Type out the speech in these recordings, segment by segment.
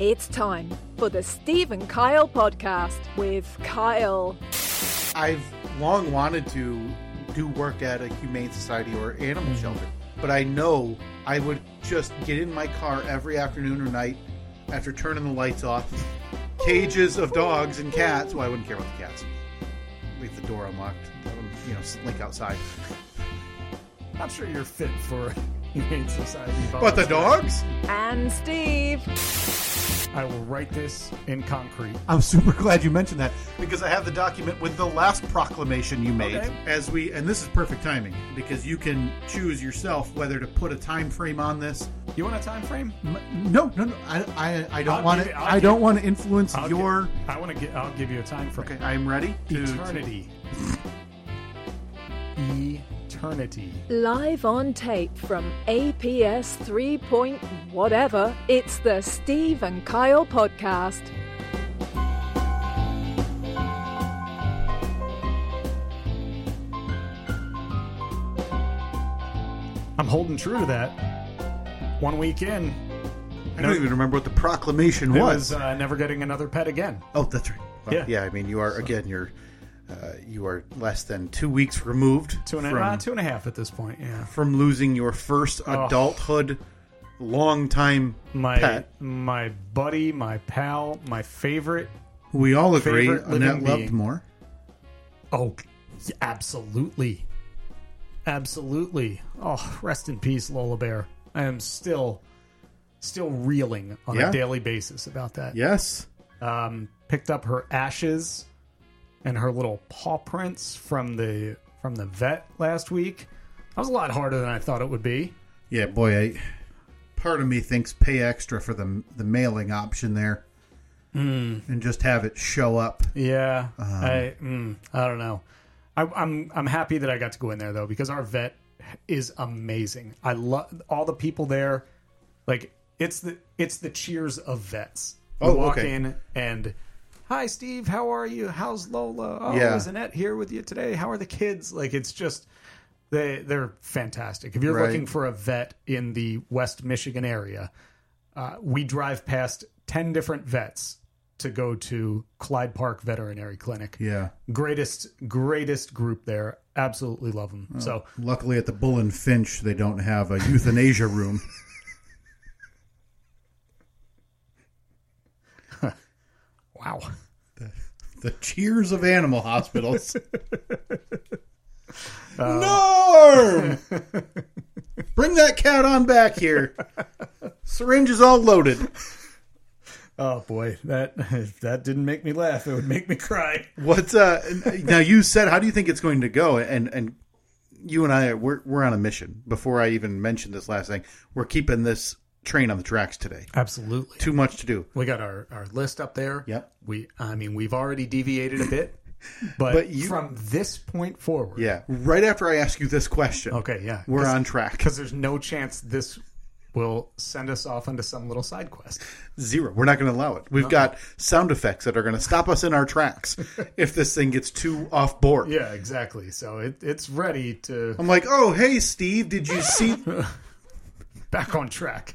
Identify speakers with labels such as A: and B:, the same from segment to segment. A: It's time for the Steve and Kyle podcast with Kyle.
B: I've long wanted to do work at a humane society or animal shelter, but I know I would just get in my car every afternoon or night after turning the lights off, cages of dogs and cats. Well, I wouldn't care about the cats. Leave the door unlocked. Let them, you know, slink outside.
C: I'm sure you're fit for humane society.
B: But the
C: volunteer.
B: dogs?
A: And Steve.
C: I will write this in concrete.
B: I'm super glad you mentioned that because I have the document with the last proclamation you made
C: Okay.
B: as we and this is perfect timing because you can choose yourself whether to put a time frame on this.
C: You want a time frame?
B: No, no, no. I I, I don't
C: I'll
B: want
C: give
B: to
C: it- I'll
B: I don't
C: give-
B: want to influence
C: I'll
B: your
C: Give, I want to get. I'll give you a time frame.
B: Okay, I am ready to
C: Eternity. Eternity.
A: Live on tape from APS 3. Point whatever, it's the Steve and Kyle podcast.
C: I'm holding true to that. One week in,
B: I don't even remember what the proclamation
C: it
B: was.
C: was uh, never getting another pet again.
B: oh, that's right. Well,
C: Yeah.
B: I mean, you are again. You're uh, you are less than two weeks removed
C: Two and a,
B: from
C: uh, two and a half at this point. Yeah.
B: from losing your first
C: Oh.
B: adulthood, long time
C: My
B: pet.
C: my buddy, my pal, my favorite.
B: who We all agree
C: favorite living
B: Annette loved
C: being.
B: more.
C: Oh, absolutely. Absolutely. Oh, rest in peace, Lola Bear. I am still still reeling on
B: Yeah.
C: a daily basis about that.
B: Yes.
C: Um picked up her ashes and her little paw prints from the from the vet last week. That was a lot harder than I thought it would be.
B: Yeah, boy, I part of me thinks pay extra for the the mailing option there,
C: Hmm.
B: and just have it show up.
C: Yeah,
B: Uh-huh.
C: I mm, I don't know. I, I'm I'm happy that I got to go in there though because our vet is amazing. I love all the people there. Like it's the it's the cheers of vets. You
B: Oh,
C: walk
B: okay.
C: in and hi Steve, how are you? How's Lola? Oh,
B: Yeah.
C: is Annette here with you today? How are the kids? Like it's just they they're fantastic. If you're
B: Right.
C: looking for a vet in the West Michigan area, uh, we drive past ten different vets to go to Clyde Park Veterinary Clinic.
B: Yeah.
C: Greatest greatest group there. Absolutely love them. So
B: Luckily, at the Bull and Finch, they don't have a euthanasia room.
C: wow.
B: the cheers of animal hospitals. Norm! Bring that cat on back here. Syringe is all loaded.
C: Oh boy, that that didn't make me laugh. It would make me cry.
B: What's uh now you said how do you think it's going to go? And and you and I we're we're on a mission. Before I even mentioned this last thing, we're keeping this train on the tracks today.
C: Absolutely.
B: Too much to do.
C: We got our, our list up there.
B: Yep.
C: We I mean we've already deviated a bit, but,
B: But you-
C: from this point forward.
B: Yeah. Right after I ask you this question.
C: Okay, yeah.
B: We're on track.
C: because there's no chance this will send us off into some little side quest.
B: Zero. We're not going to allow it. We've got sound effects that are going to stop us in our tracks if this thing gets too off board.
C: Yeah, exactly. So it, it's ready to
B: I'm like, oh, hey, Steve, did you see?
C: back on track.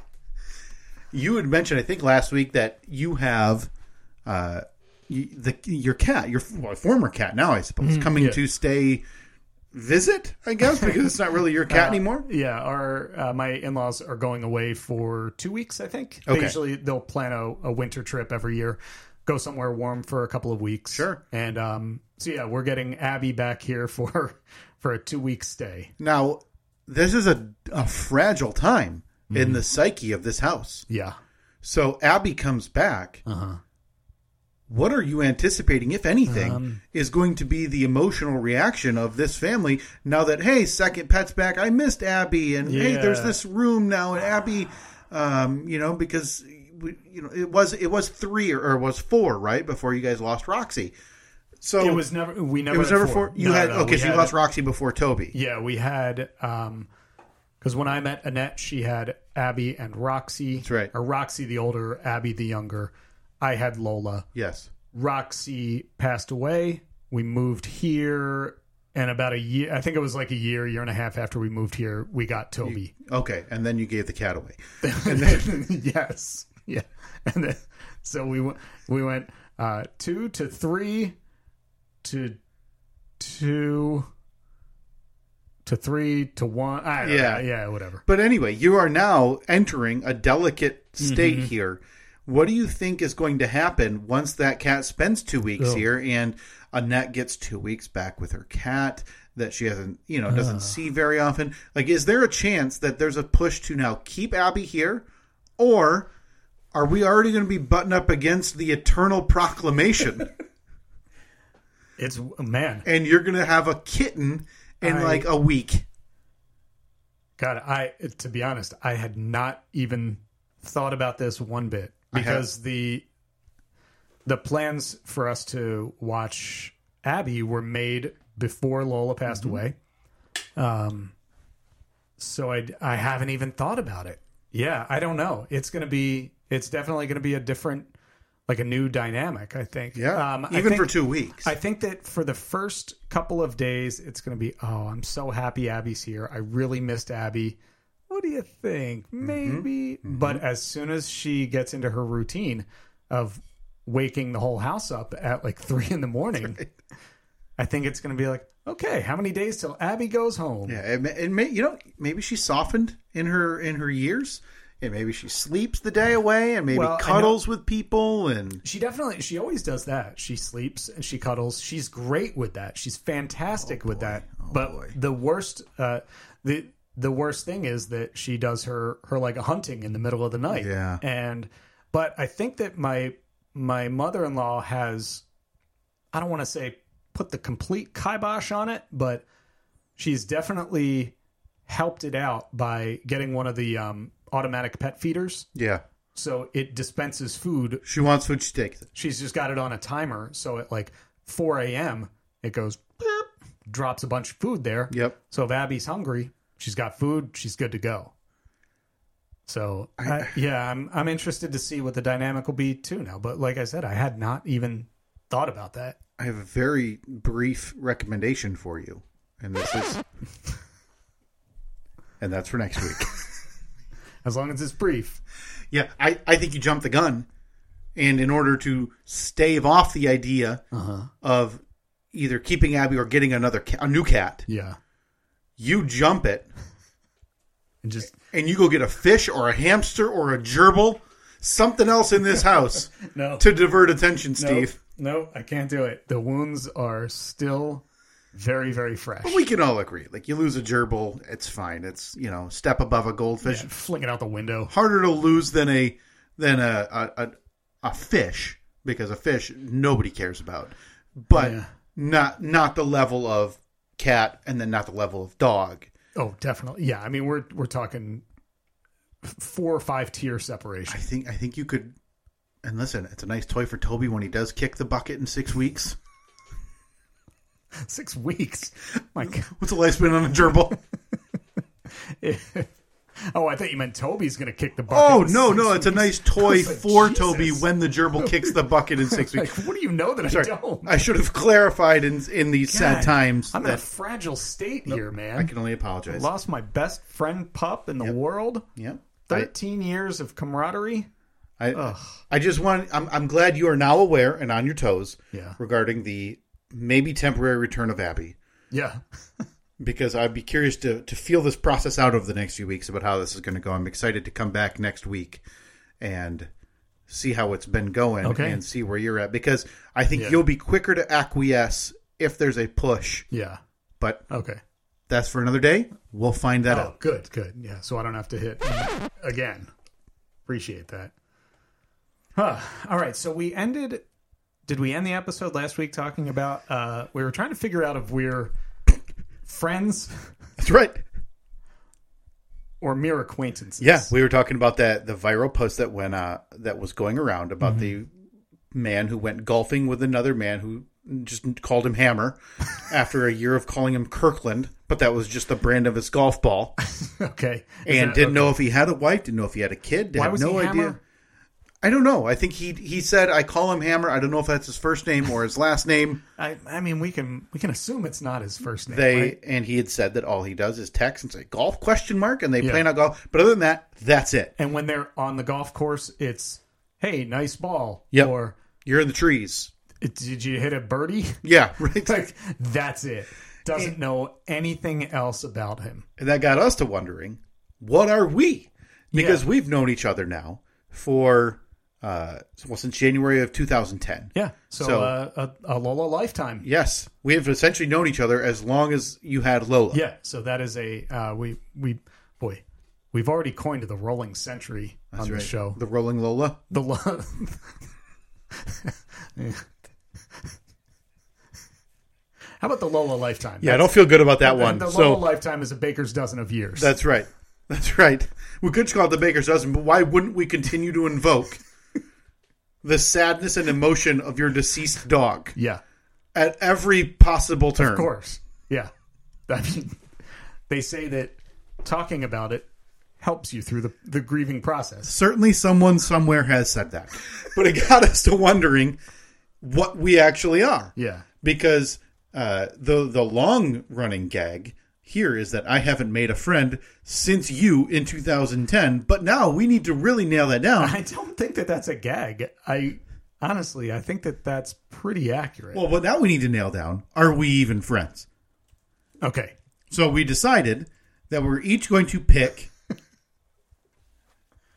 B: you had mentioned, I think, last week that you have uh, you, the your cat, your well, former cat now, I suppose, coming to stay visit, I guess, because it's not really your cat anymore.
C: Yeah, our uh, my in laws are going away for two weeks. I think they
B: Okay.
C: usually they'll plan a, a winter trip every year, go somewhere warm for a couple of weeks.
B: Sure.
C: And um, so yeah, we're getting Abby back here for for a two week stay.
B: Now, this is a, a fragile time in the psyche of this house.
C: Yeah. Uh-huh.
B: So Abby comes back.
C: Uh huh.
B: what are you anticipating, if anything,
C: Um,
B: is going to be the emotional reaction of this family now that hey, second pet's back. I missed Abby, and hey,
C: Yeah.
B: there's this room now, and Abby, um, you know, because we, you know it was it was three or, or it was four right before you guys lost Roxy. So
C: It was never. We
B: Oh.
C: never.
B: it was
C: had
B: never four. You
C: No,
B: had
C: no,
B: okay,
C: we
B: so you
C: had-
B: lost Roxy before Toby.
C: Yeah, we had um because when I met Annette, she had Abby and Roxy. That's
B: right.
C: Or Roxy the older, Abby the younger. I had Lola.
B: Yes.
C: Roxy passed away. We moved here, and about a year, I think it was like a year, year and a half after we moved here, we got Toby.
B: Okay, and then you gave the cat away.
C: yes, yeah, and then so we went, we went uh, two to three to two to three to one. I don't
B: Yeah.
C: know, yeah, whatever.
B: But anyway, you are now entering a delicate state
C: Mm-hmm.
B: here. What do you think is going to happen once that cat spends two weeks
C: Oh.
B: here and Annette gets two weeks back with her cat that she hasn't, you know,
C: Ah.
B: doesn't see very often? Like, is there a chance that there's a push to now keep Abby here? Or are we already going to be butting up against the eternal proclamation?
C: It's man,
B: and you're going to have a kitten in
C: I-
B: like a week?
C: God, I to be honest, I had not even thought about this one bit
B: I have-
C: because the the plans for us to watch Abby were made before Lola
B: Mm-hmm.
C: passed away. Um, so I I haven't even thought about it. Yeah, I don't know. It's gonna be. It's definitely gonna be a different, like a new dynamic. I think.
B: Yeah.
C: Um, I
B: Even for
C: think-
B: two weeks.
C: I think that for the first couple of days, it's going to be, oh, I'm so happy Abby's here. I really missed Abby. What do you think? Maybe. But as soon as she gets into her routine of waking the whole house up at like three in the morning, I think it's going to be like, okay, how many days till Abby goes home?
B: Yeah, it, ma- it may, you know maybe she softened in her in her years, and maybe she sleeps the day away, and maybe
C: Well, I know-
B: cuddles with people, and
C: She definitely, she always does that. She sleeps and she cuddles. She's great with that. She's fantastic with that. but the worst, uh, the the worst thing is that she does her her like hunting in the middle of the night.
B: Yeah.
C: And but I think that my my mother in law has, I don't want to say put the complete kibosh on it, but she's definitely helped it out by getting one of the um, automatic pet feeders.
B: yeah,
C: So it dispenses food
B: she wants food, she takes it.
C: she's just got it on a timer so at like 4 a.m it goes boop, drops a bunch of food there
B: Yep.
C: so if abby's hungry she's got food she's good to go so I, yeah i'm i'm interested to see what the dynamic will be too now but like i said i had not even thought about that
B: I have a very brief recommendation for you, and this is, and that's for next week.
C: as long as it's brief
B: Yeah, I, I think you jumped the gun. And in order to stave off the idea
C: Uh-huh.
B: of either keeping Abby or getting another ca- a new cat,
C: yeah
B: you jump it
C: and just
B: and you go get a fish or a hamster or a gerbil, something else in this house
C: no
B: to divert attention, Steve.
C: no, no i can't do it the wounds are still very very fresh
B: But we can all agree, like you lose a gerbil, it's fine. It's you know step above a goldfish.
C: fling it out the window
B: Harder to lose than a than a a, a a fish because a fish nobody cares about, but
C: Yeah.
B: not not the level of cat and then not the level of dog.
C: Oh, definitely. Yeah, I mean we're we're talking f- four or five tier
B: I
C: separation.
B: think I think you could. And listen, it's a nice toy for Toby when he does kick the bucket in six weeks.
C: Six weeks. My God.
B: What's the lifespan on a gerbil?
C: Oh, I thought you meant Toby's going to kick the bucket.
B: Oh
C: in
B: no,
C: six
B: no, it's a
C: weeks.
B: nice toy
C: I was like,
B: for
C: Jesus.
B: Toby when the gerbil kicks the bucket in six
C: Like,
B: weeks.
C: what do you know that
B: Sorry,
C: I don't?
B: I should have clarified in in these sad
C: God,
B: times
C: I'm in a
B: that
C: fragile state here, man.
B: I can only apologize.
C: Lost my best friend pup in the world.
B: Yep. I,
C: Thirteen years of camaraderie.
B: I, I just want. I'm, I'm glad you are now aware and on your toes
C: Yeah.
B: regarding the maybe temporary return of Abby,
C: Yeah.
B: because I'd be curious to to feel this process out over the next few weeks about how this is going to go. I'm excited to come back next week and see how it's been going
C: Okay.
B: and see where you're at, because I think
C: Yeah.
B: you'll be quicker to acquiesce if there's a push,
C: Yeah.
B: but
C: Okay.
B: that's for another day. We'll find that
C: Oh,
B: out.
C: good, good. Yeah, so I don't have to hit again. Appreciate that. Huh. All right, so we ended did we end the episode last week talking about uh we were trying to figure out if we're friends
B: That's right.
C: or mere acquaintances?
B: Yeah, we were talking about that the viral post that went uh that was going around about
C: Mm-hmm.
B: the man who went golfing with another man who just called him Hammer after a year of calling him Kirkland, but that was just the brand of his golf ball,
C: Okay. Is
B: and
C: that-
B: didn't know if he had a wife, didn't know if he had a kid,
C: Why
B: had
C: was
B: no
C: he
B: idea.
C: Hammer?
B: I don't know. I think
D: He he said I call him Hammer. I don't know if that's his first name or his last name.
C: I, I mean, we can we can assume it's not his first name.
B: they
C: right?
B: and he had said that all he does is text and say golf question mark, and they
C: Yeah.
B: plan out golf. But other than that, that's it.
C: and when they're on the golf course, it's hey, nice ball.
B: Yep.
C: Or
B: You're in the trees.
C: did you hit a birdie?
B: Yeah, right.
C: like that's it. Doesn't know anything else about him.
B: And that got us to wondering, what are we? Because
C: Yeah.
B: we've known each other now for uh well since January of 2010.
C: Yeah. So,
B: So-
C: uh, a, a Lola lifetime.
B: Yes, we have essentially known each other as long as you had Lola.
C: Yeah, so that is a uh, we we boy, we've already coined the rolling century on the
B: right.
C: show.
B: the Rolling Lola.
C: The love. How about the Lola lifetime?
B: Yeah, I don't feel good about that
C: That's-
B: one.
C: The
B: So
C: Lola lifetime is a baker's dozen of years.
B: that's right. That's right. We could call it the Baker's dozen, but why wouldn't we continue to invoke the sadness and emotion of your deceased dog
C: yeah,
B: at every possible turn?
C: of course. Yeah, I mean, they say that talking about it helps you through the the grieving process.
B: Certainly, someone somewhere has said that. But it got us to wondering what we actually are.
C: Yeah,
B: Because uh, the, the long running gag here is that I haven't made a friend since you in 2010. But now we need to really nail that down.
C: I don't think that that's a gag. I honestly, I think that that's pretty accurate.
B: Well, but now we need to nail down are we even friends?
C: okay,
B: So we decided that we're each going to pick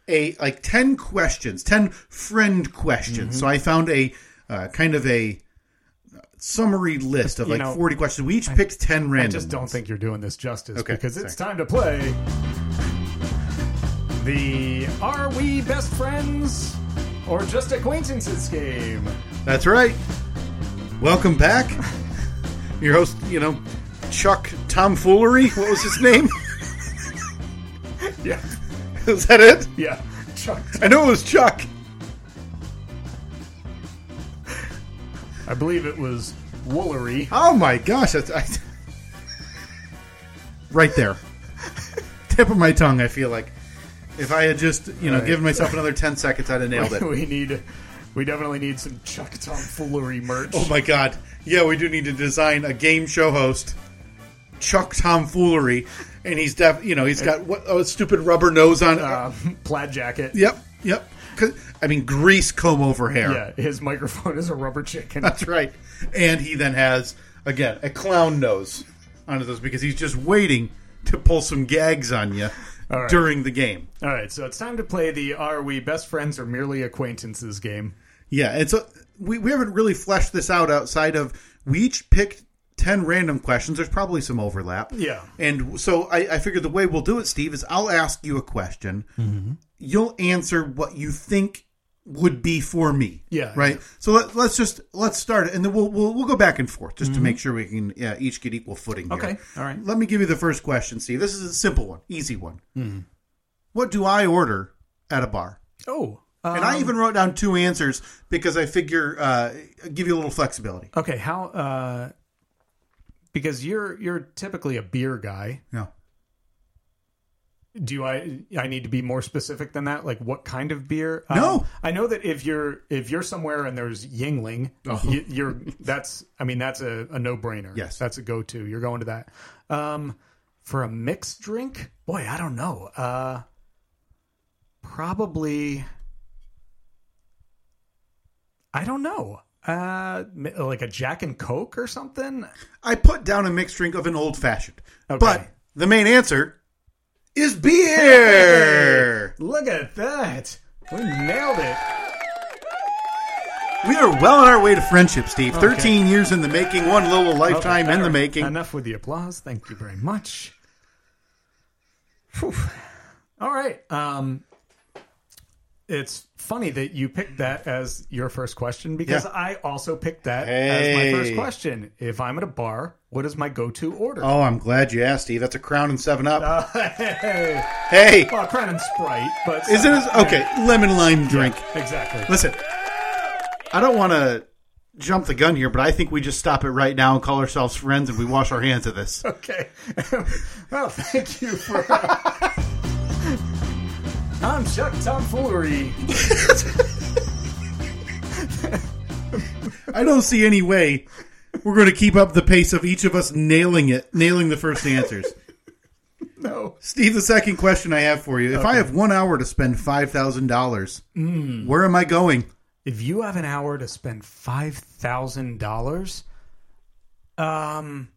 B: a like 10 questions, 10 friend questions. So I found a uh, kind of a uh, summary list of
C: You
B: like
C: know,
B: 40 questions. We each picked 10 random.
C: I just don't
B: ones.
C: think you're doing this justice
B: Okay,
C: because it's time to play the Are We Best Friends or Just Acquaintances game.
B: That's right. Welcome back. Your host, you know, Chuck Tomfoolery. What was his name?
C: Yeah,
B: Is that it?
C: yeah. Chuck,
B: I know it was Chuck.
C: I believe it was Woolery.
B: Oh my gosh, that's I, right there, tip of my tongue. I feel like if I had just you know
C: All right.
B: given myself another ten seconds, I'd have nailed it.
C: we need, we definitely need some Chuck Tomfoolery merch.
B: oh my god, yeah, we do need to design a game show host, Chuck Tomfoolery, and he's def you know he's got what a stupid rubber nose on.
C: Uh, plaid jacket.
B: yep, yep. 'Cause- I mean grease comb over hair.
C: Yeah, his microphone is a rubber chicken.
B: That's right. And he then has, again, a clown nose on his nose because he's just waiting to pull some gags on you
C: All right.
B: during the game.
C: All right, so it's time to play the Are We Best Friends or Merely Acquaintances game.
B: Yeah, and so we, we haven't really fleshed this out outside of we each picked 10 random questions. There's probably some overlap.
C: Yeah.
B: And so I, I figured the way we'll do it, Steve, is I'll ask you a question.
C: Mm-hmm.
B: You'll answer what you think would be for me.
C: Yeah.
B: Right. So let, let's just let's start it, and then we'll we'll, we'll go back and forth just to make sure we can uh, each get equal footing. Here.
C: Mm-hmm. Okay, all right.
B: Let me give you the first question, Steve. This is a simple one, easy one.
C: Mm-hmm.
B: What do I order at a bar?
C: Oh,
B: And I even wrote down two answers because I figure uh, give you a little flexibility.
C: Okay, how uh because you're you're typically a beer guy.
B: Yeah.
C: Do I I need to be more specific than that? Like what kind of beer?
B: No.
C: Um, I know that if you're if you're somewhere and there's Yingling,
B: Oh.
C: you, you're that's I mean that's a, a no brainer.
B: Yes.
C: that's a go to. You're going to that. Um, for a mixed drink, boy, I don't know. Uh, probably. I don't know. Uh, m- like a Jack and Coke or something.
B: I put down a mixed drink of an old fashioned,
C: Okay.
B: but the main answer is beer.
C: Look at that. We nailed it.
B: We are well on our way to friendship, Steve. Thirteen years in the making, one little lifetime in the
C: Alright,
B: making.
C: Enough with the applause. Thank you very much. Phew. All right. Um, it's funny that you picked that as your first question because
B: Yeah.
C: I also picked that as
B: Hey.
C: my first question. If I'm at a bar, what is my go-to order?
B: Oh, I'm glad you asked, Steve. That's a crown and seven up.
C: Oh, hey,
B: hey,
C: well, Crown and Sprite, but
B: is it a, okay? Lemon lime drink.
C: Exactly.
B: Listen, I don't want to jump the gun here, but I think we just stop it right now and call ourselves friends, and we wash our hands of this.
C: Okay. well, thank you for. I'm Chuck Tomfoolery.
B: I don't see any way we're going to keep up the pace of each of us nailing it, nailing the first answers.
C: No.
B: Steve, the second question I have for you: If I have one hour to spend five thousand dollars,
C: Hmm.
B: where am I going?
C: If you have an hour to spend five thousand dollars, um,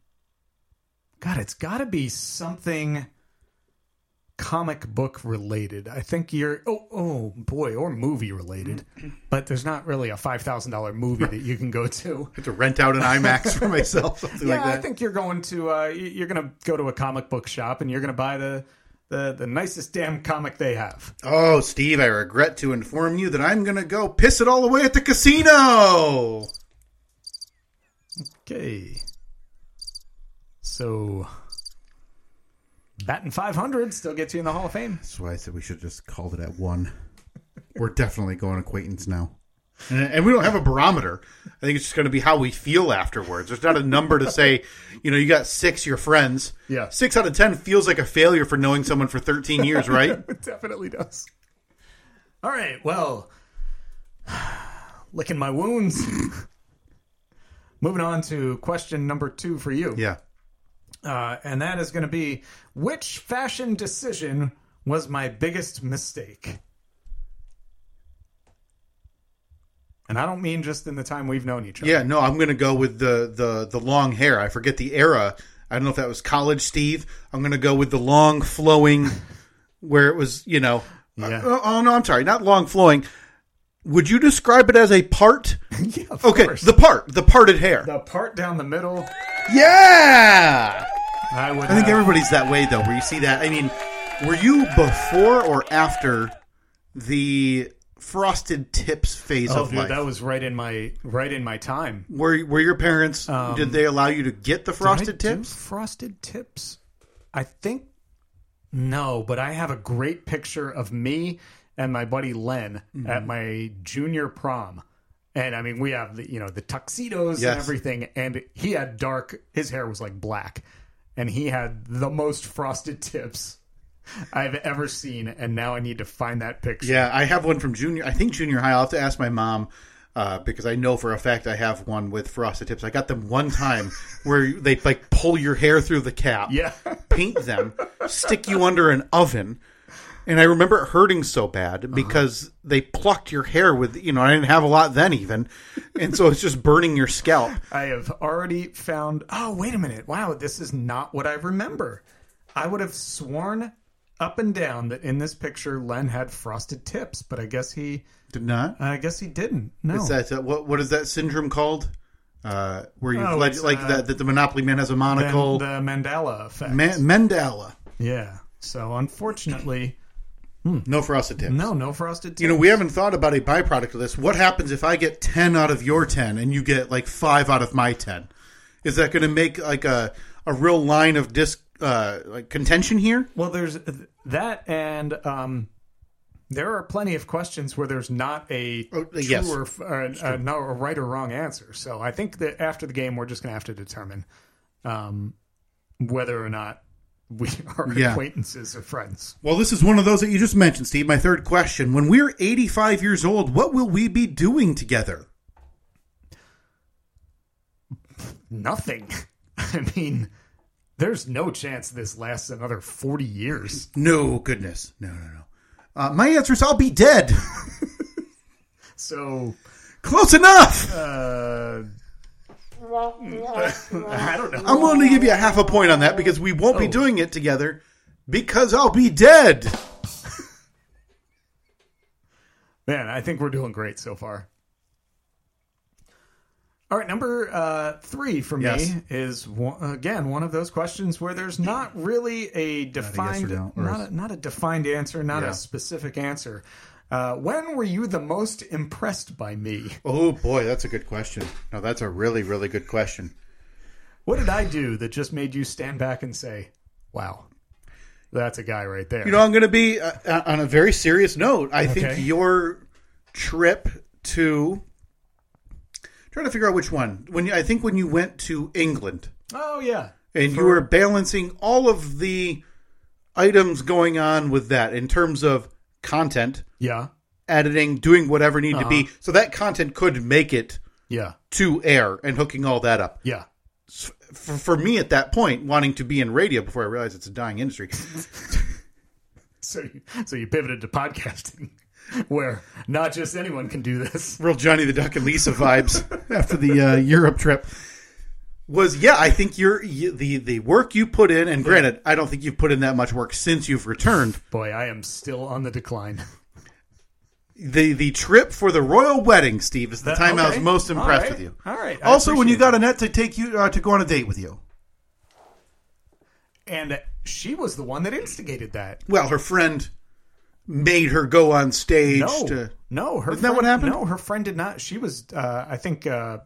C: God, it's got to be something comic book related. I think you're oh oh boy, or movie related. But there's not really a five thousand dollar movie that you can go to.
B: I have to rent out an IMAX for myself, something
C: yeah,
B: like that.
C: I think you're going to uh, y- you're going to go to a comic book shop and you're going to buy the, the the nicest damn comic they have.
B: Oh, Steve, I regret to inform you that I'm going to go piss it all away at the casino.
C: Okay. So batting 500 still gets you in the Hall of Fame.
B: That's why I said we should just called it at one. We're definitely going acquaintance now. And, and we don't have a barometer. I think it's just going to be how we feel afterwards. There's not a number to say, you know, you got six, your friends.
C: Yeah.
B: Six out of 10 feels like a failure for knowing someone for 13 years, right?
C: It definitely does. All right, well, licking my wounds. Moving on to question number 2 for you.
B: yeah.
C: Uh, and that is going to be which fashion decision was my biggest mistake? And I don't mean just in the time we've known each other.
B: Yeah, no, I'm going to go with the, the, the long hair. I forget the era. I don't know if that was college Steve. I'm going to go with the long flowing, where it was, you know.
C: Yeah.
B: Oh, oh, no, I'm sorry. Not long flowing. Would you describe it as a part?
C: Yeah, of
B: Okay,
C: course.
B: the part, the parted hair.
C: the part down the middle,
B: Yeah!
C: I would.
B: I think
C: uh,
B: everybody's that way, though, where you see that. I mean, were you before or after the frosted tips phase
C: Oh,
B: of
C: dude,
B: life?
C: that was right in my right in my time.
B: were, were your parents, did they allow you to get the frosted
C: Um, Did I do
B: tips?
C: Frosted tips. I think no, but I have a great picture of me and my buddy Len
B: Mm-hmm.
C: at my junior prom. And I mean, we have the you know the tuxedos
B: Yes.
C: and everything, and he had dark. His hair was like black, and he had the most frosted tips I've ever seen. And now I need to find that picture.
B: Yeah, I have one from junior. I think junior high. I'll have to ask my mom uh, because I know for a fact I have one with frosted tips. I got them one time where they like pull your hair through the cap,
C: yeah.
B: paint them, stick you under an oven. And I remember it hurting so
C: Uh-huh.
B: bad because they plucked your hair with, you know, I didn't have a lot then even. And so it's just burning your scalp.
C: I have already found. Oh, wait a minute. Wow, this is not what I remember. I would have sworn up and down that in this picture Len had frosted tips, but I guess he,
B: Did not?
C: I guess he didn't. No,
B: Is that, uh, what, what is that syndrome called? Uh, where you
C: Oh,
B: like,
C: it's,
B: like
C: uh,
B: that, that the Monopoly Man has a
C: the,
B: monocle.
C: the Mandela effect.
B: Man, Mandela.
C: yeah. So unfortunately,
B: No frosted tips.
C: no, no frosted tips.
B: You know, we haven't thought about a byproduct of this. What happens if I get 10 out of your 10 and you get like 5 out of my 10? Is that going to make like a, a real line of disc uh, like contention here?
C: Well, there's that, and um, there are plenty of questions where there's not a
B: Oh,
C: true
B: yes.
C: or, or a, no, a right or wrong answer. So I think that after the game, we're just going to have to determine um, whether or not we are
B: Yeah.
C: acquaintances or friends.
B: Well, this is one of those that you just mentioned, Steve. My third question. When we're 85 years old, what will we be doing together?
C: Nothing. I mean, there's no chance this lasts another forty years.
B: No, goodness. No, no, no. Uh, my answer is I'll be dead.
C: So
B: Close enough.
C: uh, I don't know.
B: I'm willing to give you a half a point on that because we won't be
C: Oh.
B: doing it together because I'll be dead.
C: Man, I think we're doing great so far. All right, number uh, three for
B: Yes.
C: me is one, again one of those questions where there's not really a defined,
B: no, or
C: not, a, not a defined answer, not
B: Yeah.
C: a specific answer. Uh, when were you the most impressed by me?
B: Oh boy, that's a good question. No, that's a really, really good question.
C: What did I do that just made you stand back and say, "Wow, that's a guy right there"?
B: You know, I'm going to be uh, on a very serious note. I
C: Okay.
B: think your trip to trying to figure out which one. When you, I think when you went to England
C: oh yeah,
B: and you were balancing all of the items going on with that in terms of content,
C: yeah,
B: editing, doing whatever need to be, so that content could make it
C: yeah,
B: to air and hooking all that up.
C: yeah.
B: for, for me at that point, wanting to be in radio before I realized it's a dying industry.
C: So you, so you pivoted to podcasting, where not just anyone can do this.
B: Real Johnny the Duck and Lisa vibes after the uh, Europe trip. Was yeah, I think your you, the the work you put in, and granted, I don't think you've put in that much work since you've returned.
C: Boy, I am still on the decline.
B: the The trip for the royal wedding, Steve, is the
C: That-
B: time I was
C: okay.
B: most
C: All
B: impressed
C: right.
B: with you.
C: All right. I
B: Also, when you
C: appreciate
B: got Annette to take you uh, to go on a date with you.
C: And she was the one that instigated that.
B: Well, her friend made her go on stage.
C: No,
B: to,
C: no, her
B: Isn't that
C: friend-
B: what happened?
C: No, her friend did not. She was, uh, I think, uh,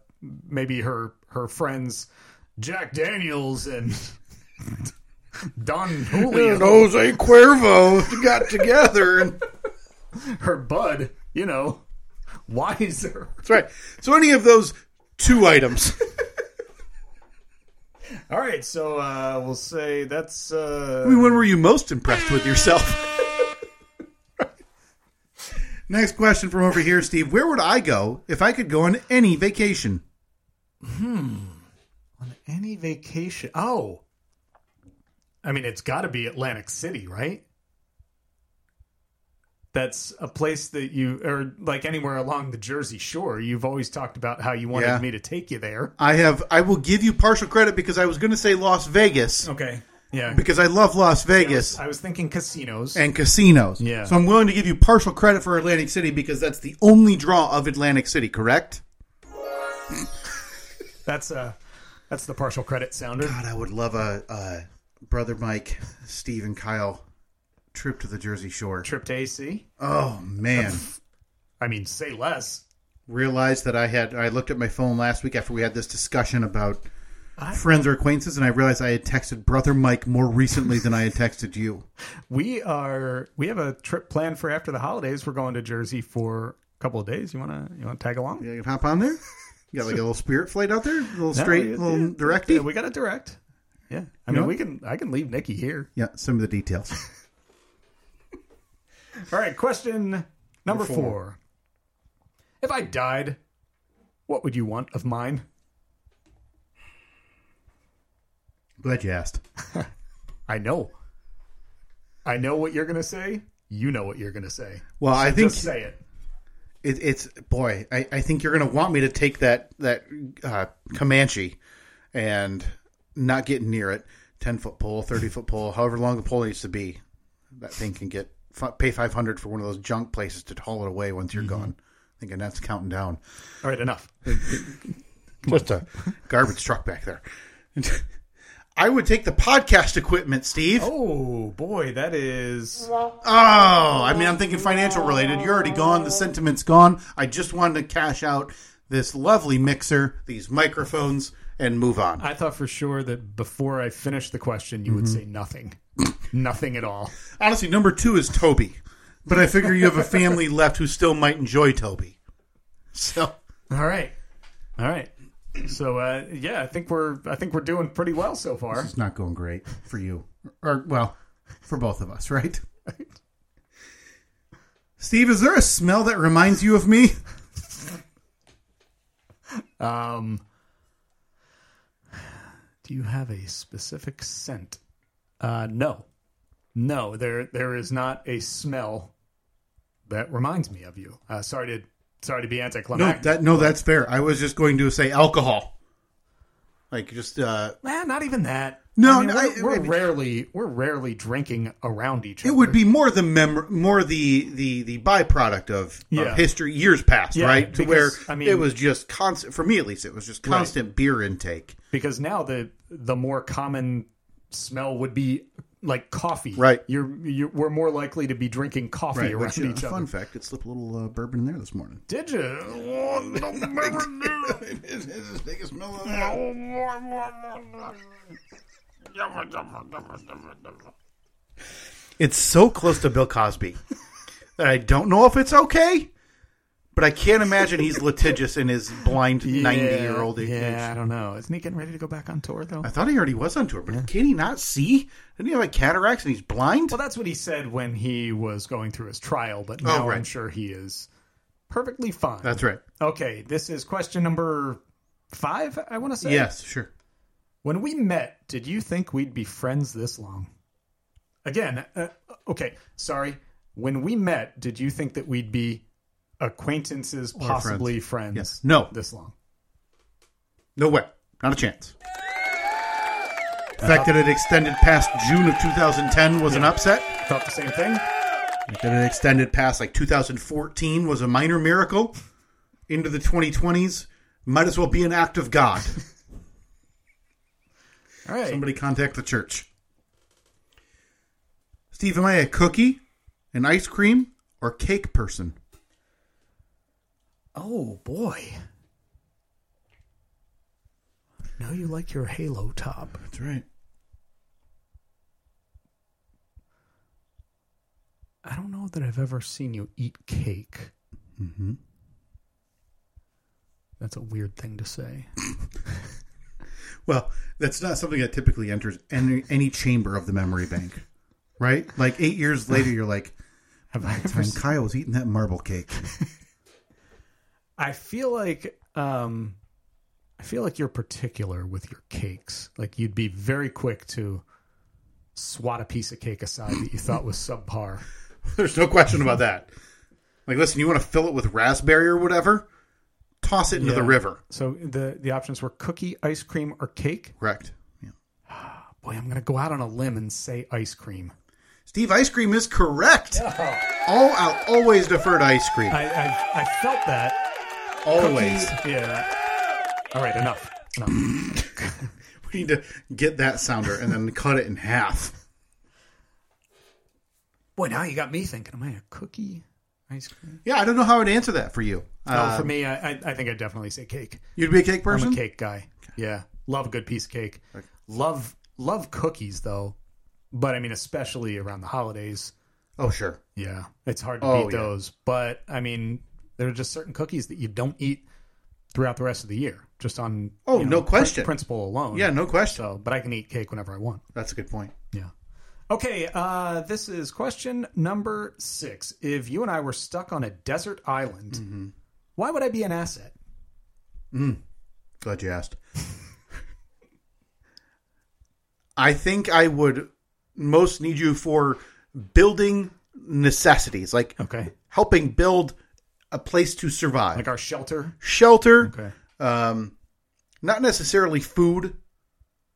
C: maybe her her friends, Jack Daniels and Don Julio,
B: and Jose Cuervo got together and.
C: her bud, you know, wiser.
B: That's right. So any of those two items.
C: All right, so uh, we'll say that's. Uh,
B: I mean, when were you most impressed with yourself? Next question from over here, Steve. Where would I go if I could go on any vacation?
C: Any vacation? Oh, I mean, it's got to be Atlantic City, right? That's a place that you, or like anywhere along the Jersey Shore. You've always talked about how you wanted
B: Yeah.
C: me to take you there.
B: I have I will give you partial credit because I was going to say Las Vegas
C: Okay. Yeah.
B: because I love Las
C: I was,
B: Vegas
C: I was thinking casinos.
B: and casinos.
C: Yeah.
B: So I'm willing to give you partial credit for Atlantic City because that's the only draw of Atlantic City, correct?
C: that's uh, that's the partial credit sounder.
B: God, I would love a, a brother Mike, Steve and Kyle trip to the Jersey Shore.
C: Trip to AC.
B: Oh man.
C: I mean, say less.
B: realized that I had I looked at my phone last week after we had this discussion about friends or acquaintances, and I realized I had texted brother Mike more recently than I had texted you.
C: We are. We have a trip planned for after the holidays. We're going to Jersey for a couple of days. You wanna you wanna tag along?
B: You can hop on there. You got like a little spirit flight out there, a little straight,
C: yeah,
B: little
C: yeah.
B: directy.
C: Yeah, we got a direct. Yeah, I mean, we can. I can leave Nikki here.
B: yeah, some of the details.
C: All right, question number four. If I died, what would you want of mine?
B: Glad you asked.
C: I know. I know what you're gonna say. You know what you're gonna say.
B: Well, I think
C: Just say it.
B: it, it's boy. I, I think you're gonna want me to take that that uh, Comanche and not get near it. Ten foot pole, thirty foot pole, however long the pole needs to be. That thing can get fi- pay five hundred for one of those junk places to haul it away once you're gone. I think that's counting down.
C: All right, enough.
B: Just a garbage truck back there. I would take the podcast equipment, Steve. Oh.
C: Oh boy, that is.
B: I mean, I'm thinking financial related. You're already gone. The sentiment's gone. I just wanted to cash out this lovely mixer, these microphones, and move on.
C: I thought for sure that before I finished the question, you would
B: Mm-hmm.
C: say nothing, nothing at all.
B: Honestly, number two is Toby, but I figure you have a family left who still might enjoy Toby. So
C: All right. All right. So uh, yeah, I think we're I think we're doing pretty well so far.
B: it's not going great for you, or well, for both of us, right? Steve, is there a smell that reminds you of me?
C: Um, do you have a specific scent? Uh, no, no. There there is not a smell that reminds me of you. Uh, sorry to sorry to be
B: No,
C: anticlimactic.
B: that no, that's fair. I was just going to say alcohol, like just uh,
C: Nah, not even that.
B: No, no,
C: we're,
B: I-
C: we're
B: I mean-
C: rarely we're rarely drinking around each
B: it
C: other.
B: would be more the mem- more the the the byproduct of, of
C: Yeah.
B: history years past,
C: Yeah,
B: right? To where
C: because, I mean-
B: it was just constant for me at least. It was just constant beer intake.
C: because now the the more common smell would be like coffee.
B: Right.
C: You're, you're we're more likely to be drinking coffee
B: Right,
C: around
B: which, uh,
C: each other.
B: fun fact, it slipped a little uh, bourbon in there this morning.
C: Did you? Oh, don't remember now.
B: It's as big as Miller. It's so close to Bill Cosby that I don't know if it's okay, but I can't imagine he's litigious in his blind ninety-year-old age.
C: Yeah, I don't know. Isn't he getting ready to go back on tour though?
B: I thought he already was on tour, but can he not see? Didn't he have like cataracts and he's blind?
C: Well, that's what he said when he was going through his trial, but now I'm
B: Oh, right.
C: sure he is perfectly fine.
B: That's right.
C: Okay, this is question number five, I want to say.
B: Yes, sure.
C: When we met, did you think we'd be friends this long? Again, uh, okay, sorry. When we met, did you think that we'd be acquaintances, possibly friends,
B: Yes. No.
C: this long?
B: No way. Not a chance. The fact that it extended past June of 2010 was an upset.
C: Thought the same thing?
B: That it extended past like 2014 was a minor miracle. Into the 2020s, might as well be an act of God.
C: All right.
B: Somebody contact the church. Steve, am I a cookie, an ice cream, or cake person?
C: Oh boy. Now you like your halo top.
B: That's right.
C: I don't know that I've ever seen you eat cake. Mm-hmm. That's a weird thing to say.
B: Well, that's not something that typically enters any, any chamber of the memory bank, right? Like eight years later, you're like,
C: Have I ever
B: time Kyle was eating that marble cake.
C: I feel like um I feel like you're particular with your cakes. Like you'd be very quick to swat a piece of cake aside that you thought was subpar.
B: There's no question about that. Like, listen, you want to fill it with raspberry or whatever? Toss it into the
C: Yeah.
B: river.
C: So the the options were cookie, ice cream, or cake.
B: Correct. Yeah.
C: Boy, I'm gonna go out on a limb and say ice cream.
B: Steve, ice cream is correct. All out, always defer to ice cream.
C: I, I, I felt that.
B: always.
C: Yeah. All right, enough. Enough.
B: We need to get that sounder and then cut it in half.
C: Boy, now you got me thinking. Am I a cookie? Ice cream?
B: Yeah, I don't know how I'd answer that for you.
C: oh,
B: Uh,
C: for me, I, I, I think I'd definitely say cake.
B: you'd be a cake person.
C: I'm a cake guy. Yeah, love a good piece of cake. Love love cookies though, but I mean especially around the holidays.
B: Oh, sure.
C: Yeah, it's hard to
B: Oh,
C: beat
B: yeah.
C: those. But I mean, there are just certain cookies that you don't eat throughout the rest of the year, just on
B: Oh,
C: you
B: no
C: prin-
B: question.
C: principle alone.
B: Yeah, no question.
C: So, but I can eat cake whenever I want.
B: That's a good point.
C: Yeah. Okay, uh, this is question number six. If you and I were stuck on a desert island,
B: Mm-hmm.
C: why would I be an asset?
B: Glad you asked. I think I would most need you for building necessities, like
C: Okay.
B: helping build a place to survive,
C: Like our shelter.
B: shelter,
C: Okay.
B: um, not necessarily food.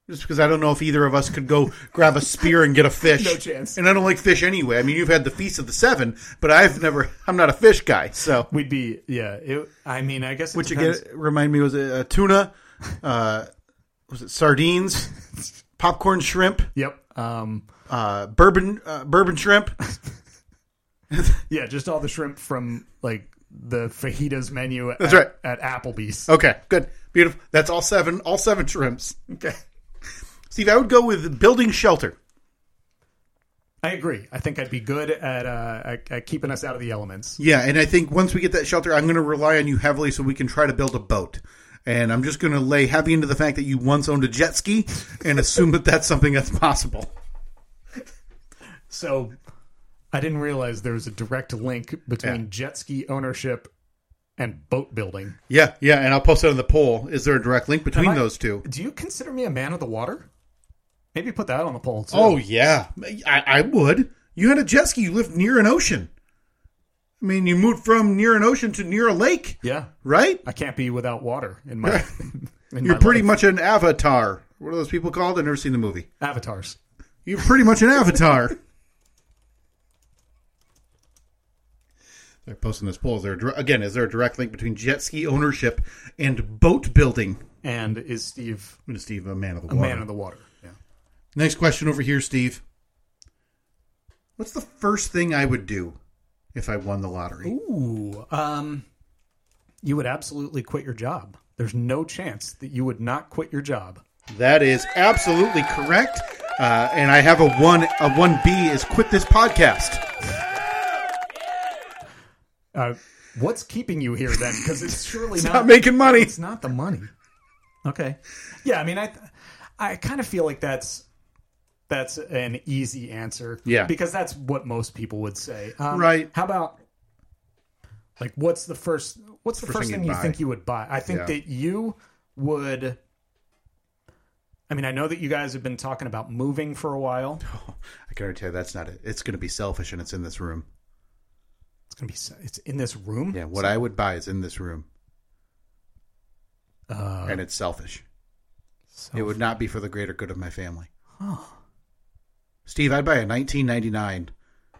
B: Just because I don't know if either of us could go grab a spear and get a fish.
C: No chance.
B: And I don't like fish anyway. I mean, you've had the feast of the seven, but I've never. I'm not a fish guy. So
C: We'd be yeah. It, I mean, I guess it
B: which again
C: depends.
B: remind me was it uh, tuna uh, was it sardines popcorn shrimp
C: Yep. Um.
B: uh, bourbon uh, bourbon shrimp
C: Yeah. Just all the shrimp from like the fajitas menu.
B: That's
C: at,
B: right. Oh,
C: At Applebee's.
B: okay good beautiful that's all seven all seven shrimps
C: Okay.
B: steve i would go with building shelter
C: I agree. I think I'd be good at uh at, at keeping us out of the elements.
B: yeah and i think once we get that shelter i'm going to rely on you heavily so we can try to build a boat and i'm just going to lay heavy into the fact that you once owned a jet ski and assume that that's something that's possible
C: So I didn't realize there was a direct link between
B: Yeah.
C: jet ski ownership and boat building.
B: yeah yeah and i'll post it on the poll is there a direct link between
C: I-
B: those two
C: Do you consider me a man of the water? Maybe put that on the poll too.
B: Oh yeah, I, I would. You had a jet ski. You lived near an ocean. I mean, you moved from near an ocean to near a lake,
C: yeah.
B: right?
C: I can't be without water in my. in
B: You're
C: my
B: pretty
C: life.
B: much an avatar. What are those people called? I've never seen the movie.
C: avatars.
B: You're pretty much an avatar. They're posting this poll. Is there a, dir- again? Is there a direct link between jet ski ownership and boat building?
C: And is Steve
B: I'm gonna Steve, a man of the
C: a
B: water.
C: man of the water? Yeah.
B: Next question over here, Steve. What's the first thing I would do if I won the lottery?
C: Ooh, um, you would absolutely quit your job. There's no chance that you would not quit your job.
B: That is absolutely correct. Uh, and I have a one a one B is quit this podcast.
C: Uh, what's keeping you here then? Because it's surely
B: Not making money.
C: It's not the money. Okay. Yeah, I mean, I, I kind of feel like that's that's an easy answer.
B: Yeah.
C: because that's what most people would say. Um,
B: Right.
C: How about like what's the first what's the
B: First
C: first,
B: thing
C: thing,
B: you'd
C: you
B: buy.
C: think you would buy? I think
B: Yeah.
C: that you would. I mean, I know that you guys have been talking about moving for a while.
B: I can already tell you that's not it. It's going to be selfish, and it's in this room.
C: It's gonna be s- it's in this room.
B: Yeah, what I would buy is in this room, and it's selfish.
C: So-
B: It would not be for the greater good of my family. Steve, I'd buy a 1999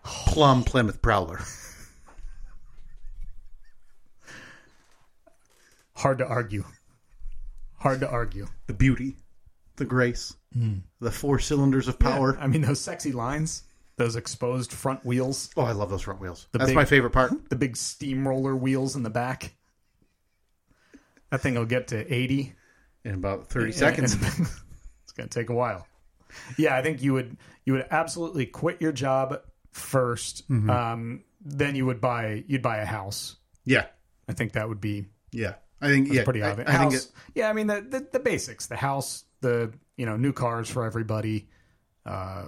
B: plum Plymouth Prowler.
C: hard to argue. Hard to argue.
B: The beauty, the grace, the four cylinders of power.
C: I mean, those sexy lines, those exposed front wheels,
B: Oh, I love those front wheels.
C: The
B: That's
C: big-
B: my favorite part.
C: the big steamroller wheels in the back. That thing will get to 80
B: In about 30 seconds.
C: it's going to take a while. Yeah, I think you would you would absolutely quit your job 1st
B: Mm-hmm.
C: Um, then you would buy you'd buy a house.
B: yeah.
C: I think that would be
B: Yeah. I think yeah.
C: pretty
B: I,
C: obvious.
B: I
C: house,
B: think it,
C: yeah, I mean the, the the basics, the house, the you know new cars for everybody, uh,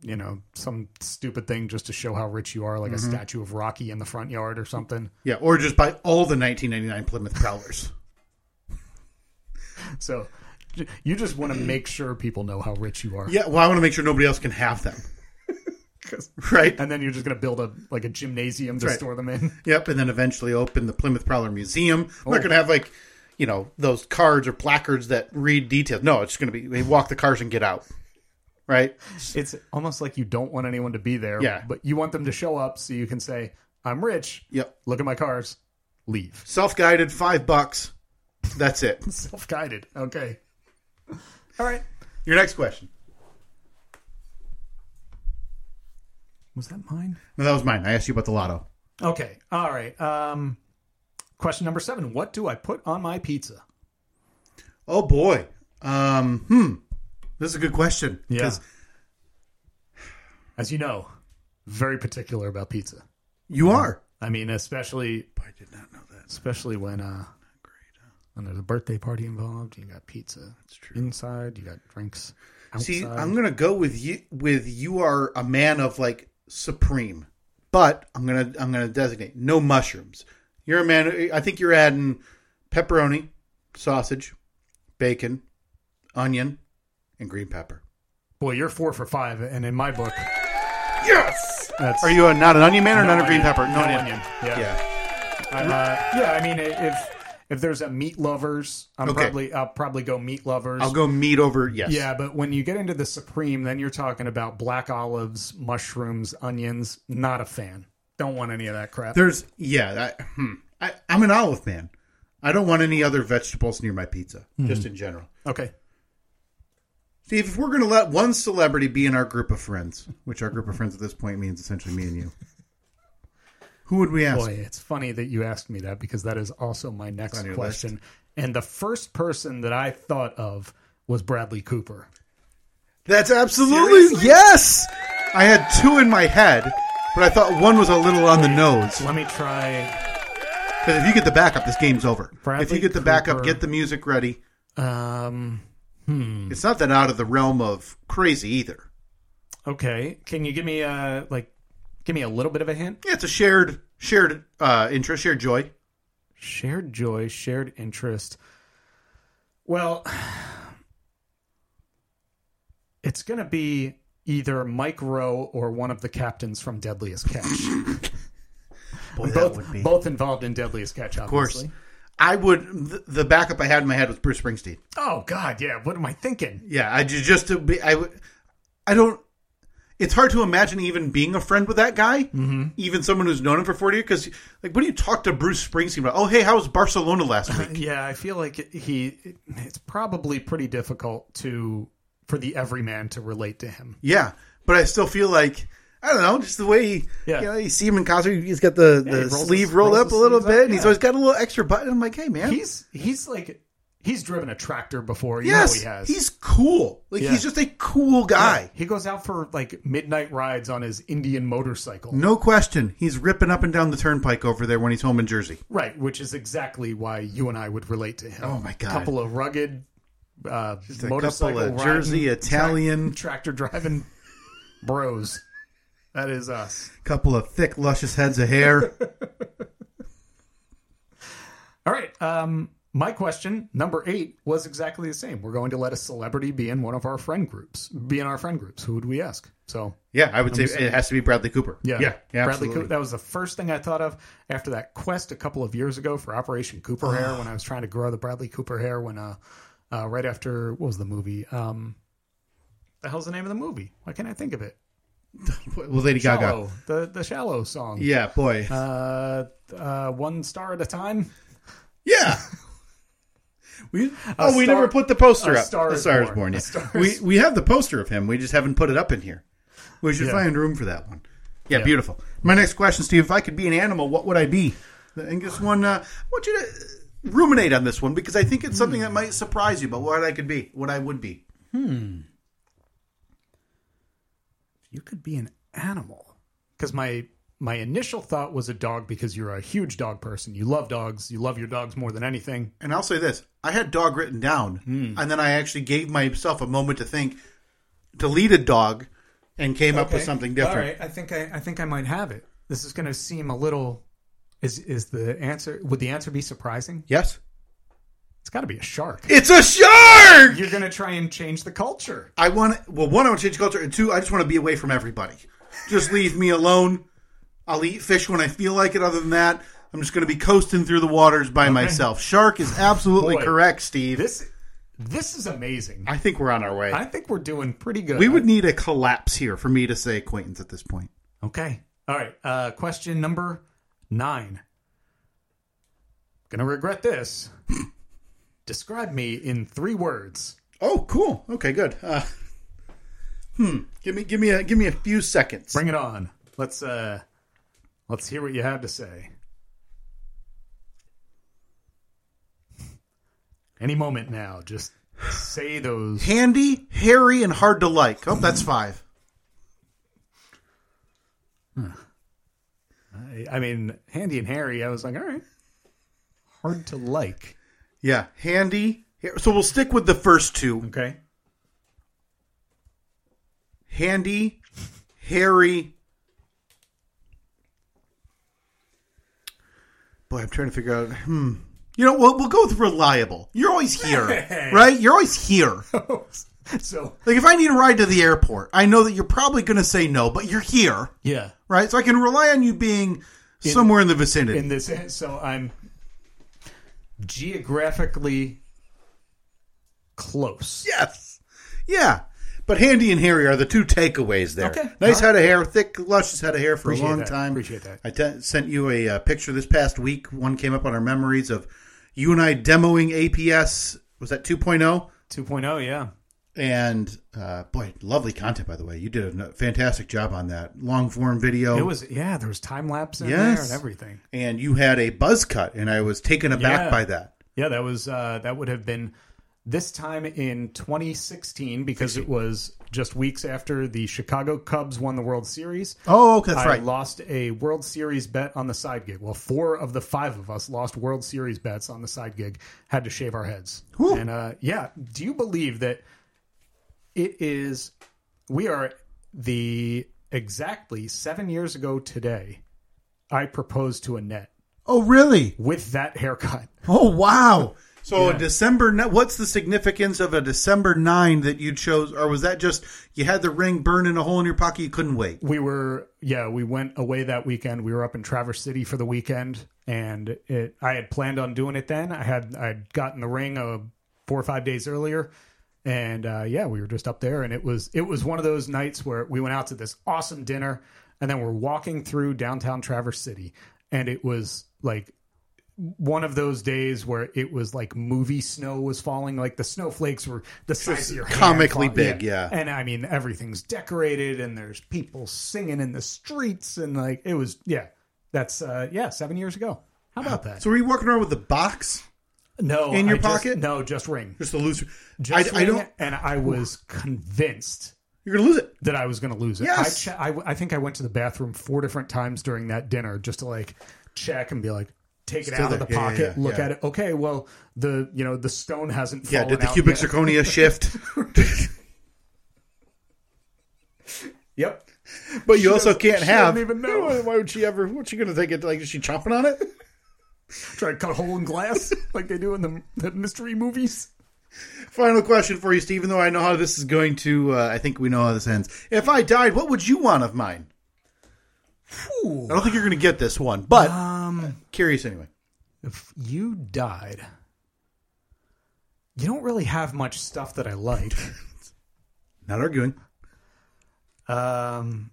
C: you know some stupid thing just to show how rich you are, like
B: Mm-hmm.
C: a statue of Rocky in the front yard or something.
B: yeah, or just buy all the 1999 Plymouth Prowlers.
C: So j- you just want to make sure people know how rich you are,
B: Mm-hmm. yeah, well, I want to make sure nobody else can have them.
C: 'Cause-
B: Right?
C: and then you're just gonna build a like a gymnasium to
B: right.
C: store them in.
B: Yep, and then eventually open the Plymouth Prowler Museum. I'm
C: Oh.
B: not going to have like, you know, those cards or placards that read details. No, it's going to be they walk the cars and get out. Right?
C: It's almost like you don't want anyone to be there,
B: Yeah.
C: but you want them to show up so you can say, "I'm rich.
B: Yep.
C: Look at my cars. Leave."
B: Self-guided, 5 bucks. That's it.
C: Self guided. Okay. All right.
B: Your next question.
C: Was that mine?
B: No, that was mine. I asked you about the lotto.
C: Okay. All right. Um, question number seven. What do I put on my pizza?
B: Oh boy. Um, hmm. This is a good question. 'Cause
C: As you know, very particular about pizza.
B: You are.
C: I mean, especially
B: I did not know that.
C: especially when uh, when there's a birthday party involved, you got pizza inside, you got drinks outside.
B: See, I'm gonna go with you. With you are a man of like supreme, but I'm gonna I'm gonna designate no mushrooms. You're a man. I think you're adding pepperoni, sausage, bacon, onion, and green pepper.
C: Boy, you're four for five, and in my book,
B: Yes.
C: that's
B: Are you a, not an onion man or
C: No
B: not a green
C: onion.
B: pepper?
C: No onion. Yeah.
B: Yeah.
C: Uh, yeah, I mean, i- if if there's a meat lovers, I'm
B: Okay.
C: probably I'll probably go meat lovers.
B: I'll go meat over. Yes.
C: Yeah, but when you get into the supreme, then you're talking about black olives, mushrooms, onions. Not a fan. Don't want any of that crap.
B: There's yeah. I, hmm. I, I'm an olive man. I don't want any other vegetables near my pizza. Just
C: Hmm.
B: in general.
C: okay.
B: Steve, if we're going to let one celebrity be in our group of friends, which our group of friends at this point means essentially me and you, who would we ask?
C: Boy, it's funny that you asked me that because that is also my next
B: on your
C: question. And the first person that I thought of was Bradley Cooper.
B: That's absolutely yes. I had two in my head, but I thought one was a little on the nose.
C: Let me try.
B: Because if you get the backup, this game's over. if
C: Bradley
B: you get the backup,
C: Cooper.
B: get the music ready.
C: Um,
B: It's not that out of the realm of crazy either.
C: okay, can you give me a like? Give me a little bit of a hint.
B: Yeah, it's a shared shared uh, interest, shared joy.
C: shared joy, shared interest. Well, it's going to be either Mike Rowe or one of the captains from Deadliest Catch.
B: Boy,
C: both, both involved in Deadliest Catch,
B: Of course,
C: obviously.
B: I would. The, the backup I had in my head was Bruce Springsteen.
C: Oh God, yeah. What am I thinking?
B: Yeah, I ju- just to be, I, would- I don't. It's hard to imagine even being a friend with that guy,
C: Mm-hmm.
B: even someone who's known him for forty years. Because, like, what do you talk to Bruce Springsteen about? Oh, hey, how was Barcelona last week?
C: Yeah, I feel like it- he. It's probably pretty difficult to for the everyman to relate to him.
B: yeah, but I still feel like I don't know, just the way he,
C: Yeah.
B: you know, you see him in concert, he's got the,
C: he
B: the
C: rolls his-
B: sleeve rolled up
C: rolls
B: a
C: his
B: little
C: sleeves
B: bit,
C: up,
B: and he's
C: yeah.
B: always got a little extra button. I'm like, hey, man,
C: He's he's like he's driven a tractor before. You
B: yes,
C: know he has.
B: he's cool. Like
C: Yeah.
B: he's just a cool guy.
C: he goes out for like midnight rides on his Indian motorcycle.
B: No question, he's ripping up and down the turnpike over there when he's home in Jersey.
C: Right, which is exactly why you and I would relate to him.
B: Oh, my God.
C: Couple of rugged uh,
B: a
C: motorcycle
B: couple of
C: riding,
B: Jersey,
C: tra-
B: Italian-
C: tractor driving bros. That is us.
B: Couple of thick, luscious heads of hair.
C: All right. Um, my question number eight was exactly the same. We're going to let a celebrity be in one of our friend groups. Be in our friend groups. Who would we ask? So
E: Yeah, I would say it has to be Bradley Cooper.
C: yeah,
E: yeah, yeah
C: Bradley Cooper.
E: absolutely.
C: That was the first thing I thought of after that quest a couple of years ago for Operation Cooper Hair
E: Ah.
C: when I was trying to grow the Bradley Cooper hair. When uh, uh right after what was the movie? Um, the hell's the name of the movie? Why can't I think of it?
E: Well, Lady Gaga.
C: Shallow, the the Shallow song.
E: Yeah, boy.
C: Uh, uh, one star at a time.
E: yeah. We, oh, we
C: star-
E: never put the poster
C: a
E: up.
C: star
E: The
C: is
E: Star is
C: born.
E: born. yeah.
C: A star
E: We
C: is-
E: we have the poster of him. We just haven't put it up in here. We should
C: Yeah.
E: find room for that one. Yeah, beautiful. My next question, Steve: If I could be an animal, what would I be?
B: and this one, uh, I want you to ruminate on this one because I think it's something that might surprise you about what I could be, what I would be.
C: You could be an animal. Because my my initial thought was a dog because you're a huge dog person. You love dogs. You love your dogs more than anything.
B: And I'll say this: I had dog written down,
C: Hmm.
B: and then I actually gave myself a moment to think, deleted dog, and came up with something different.
C: All right, I think I, I think I might have it. This is going to seem a little. Is is the answer? Would the answer be surprising?
E: Yes,
C: It's got to be a shark.
B: It's a shark.
C: You're going to try and change the culture.
B: I want to, well, one, I want to change culture, and two, I just want to be away from everybody. Just leave me alone. I'll eat fish when I feel like it. Other than that, I'm just going to be coasting through the waters by myself. Shark is absolutely
C: Boy.
B: correct, Steve.
C: This this is amazing.
E: I think we're on our way.
C: I think we're doing pretty good.
B: we would need a collapse here for me to say acquaintance at this point.
C: Okay. All right. Uh, question number nine. Gonna regret this. Describe me in three words.
E: oh, cool. Okay, good. Uh, hmm. Give me give me a give me a few seconds.
C: Bring it on. Let's uh, let's hear what you have to say. Any moment now. Just say those.
B: Handy, hairy, and hard to like. Oh, that's five.
C: I, I mean, Handy and Harry. I was like, all right. Hard to like.
B: Yeah, handy. hair- So we'll stick with the first two:
C: Okay.
B: handy, hairy. Boy, I'm trying to figure out. Hmm. You know, we'll, we'll go with reliable. You're always here, right? You're always here.
C: so
B: Like if I need a ride to the airport, I know that you're probably going to say no, but you're here,
C: yeah.
B: right? So I can rely on you being somewhere in the vicinity.
C: in this so i'm geographically close
E: Yes. Yeah. But Handy and Harry are the two takeaways there.
C: Okay.
E: Nice head of hair, thick, luscious head of hair for
C: Appreciate
E: a long
C: that.
E: time.
C: Appreciate that.
E: I te- sent you a uh, picture this past week. One came up on our memories of you and I demoing APS. Was that 2.0?
C: 2.0 oh, yeah
E: And uh, boy, lovely content, by the way. You did a n- fantastic job on that long form video.
C: it was yeah there was time lapse in there
E: Yes.
C: and everything
E: And you had a buzz cut, and I was taken aback
C: Yeah.
E: by that.
C: yeah that was uh that would have been this time in 2016 because it was just weeks after the chicago cubs won the world series
B: oh, okay, that's
C: I
B: right.
C: lost a World Series bet on the side gig. Well, four of the five of us lost World Series bets on the side gig. Had to shave our heads. And uh, yeah, do you believe that it is? We are the exactly seven years ago today. I proposed to Annette
B: oh, really?
C: with that haircut.
B: Oh, wow. So a December. ni- What's the significance of a December nine that you chose, or was that just you had the ring burn in a hole in your pocket, you couldn't wait?
C: we were yeah we went away that weekend we were up in traverse city for the weekend and it i had planned on doing it then i had i'd gotten the ring uh, four or five days earlier and uh, yeah we were just up there and it was it was one of those nights where we went out to this awesome dinner and then we're walking through downtown traverse city and it was like one of those days where it was like movie snow was falling, like the snowflakes were the size of your hand
B: comically
C: fall-
B: big, yeah.
C: And I mean, everything's decorated, and there's people singing in the streets, and like it was, yeah. That's uh, yeah, seven years ago. How about that?
B: So were you walking around with the box?
C: no,
B: in your
C: I just-
B: pocket?
C: no, just ring.
B: Just the loose.
C: Just
B: I, I
C: ring,
B: don't.
C: And I was convinced
B: You're gonna lose it.
C: that I was going to lose it.
B: Yes.
C: I, che- I, w- I think I went to the bathroom four different times during that dinner just to like check and be like, take it
B: Still
C: out
B: there.
C: of the
B: Yeah, yeah,
C: pocket,
B: yeah,
C: look
B: yeah.
C: at it. Okay, well the you know the stone hasn't.
B: Yeah.
C: fallen
B: Did the
C: out
B: cubic
C: yet.
B: zirconia shift?
C: Yep.
B: But you also can't
C: she
B: have.
C: doesn't even know.
B: Why- Why would she ever? What's she gonna take it? Like is she chomping on it?
C: Try to cut a hole in glass like they do in the, the mystery movies.
B: Final question for you, Steve. Even though I know how this is going to, uh, I think we know how this ends. If I died, what would you want of mine? I don't think you're gonna get this one, but curious anyway.
C: Um, If you died, you don't really have much stuff that I like.
B: Not arguing.
C: um,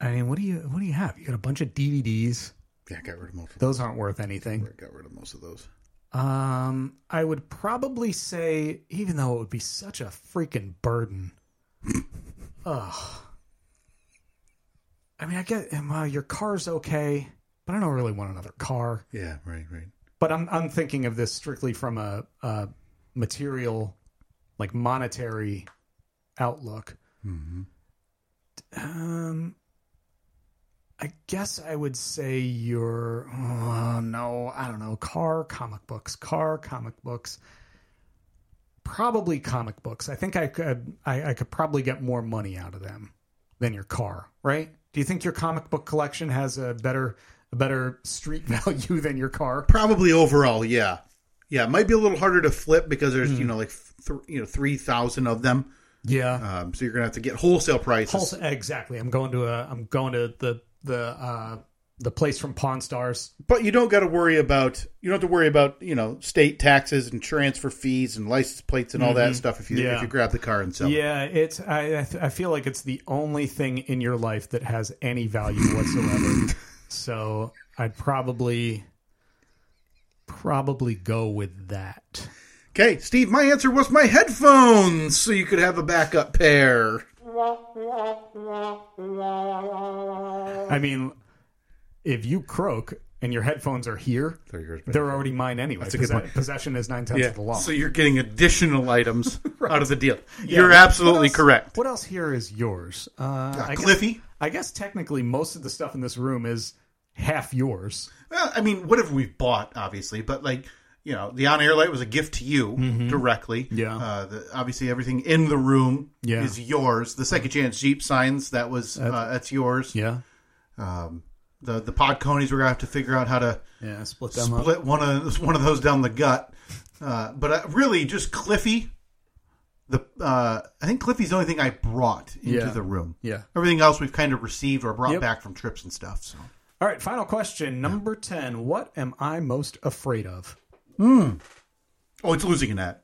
C: I mean, what do you what do you have? You got a bunch of DVDs.
B: Yeah, I got rid of most. Of,
C: Those aren't worth anything.
B: got rid of most of those.
C: Um, I would probably say, even though it would be such a freaking burden. Ugh. I mean, I get well, your car's okay, but I don't really want another car.
B: Yeah. Right. Right.
C: But I'm I'm thinking of this strictly from a, a material, like monetary outlook. Um, I guess I would say your oh, no, I don't know, car, comic books, car, comic books. Probably comic books. I think I could I, I could probably get more money out of them than your car, right? Do you think your comic book collection has a better a better street value than your car?
B: Probably overall, yeah, yeah. It might be a little harder to flip because there's
C: Hmm.
B: you know like th- you know three thousand of them,
C: Yeah.
B: um, so you're gonna have to get wholesale prices.
C: Wholesale, exactly. I'm going to a I'm going to the the uh the place from Pawn Stars.
B: But you don't got to worry about you don't have to worry about you know state taxes and transfer fees and license plates and all that stuff if you
C: Mm-hmm. Yeah.
B: if you grab the car and sell. it.
C: Yeah, it's I I, th- I feel like it's the only thing in your life that has any value whatsoever. so I'd probably probably go with that.
B: Okay, Steve, my answer was my headphones, so you could have a backup pair.
C: I mean, if you croak and your headphones are here,
B: They're yours, babe.
C: they're already mine anyway.
B: a good
C: Posse-
B: point.
C: Possession is nine tenths of the law.
B: So you're getting additional items out of the deal.
C: Yeah.
B: You're
C: What
B: absolutely
C: else-
B: correct.
C: What else here is yours? Uh, I guess-
B: Ah, Cliffy.
C: I guess technically most of the stuff in this room is half yours.
B: Well, I mean, whatever we've bought, obviously, but like, you know, the on air light was a gift to you directly.
C: Mm-hmm. Yeah.
B: Uh, the, obviously, everything in the room
C: Yeah.
B: is yours. The second chance Jeep signs, that was, that's, uh, that's yours.
C: Yeah.
B: The the pod conies, we're going to have to figure out how to
C: Yeah. Split them up.
B: split one of, one of those down the gut. Uh, but uh, really, just Cliffy. The uh, I think Cliffy's the only thing I brought into
C: Yeah.
B: the room.
C: Yeah.
B: Everything else we've kind of received or brought
C: Yep.
B: back from trips and stuff. So
C: All right. Final question. Number 10. What am I most afraid of?
B: Oh, it's losing an ad.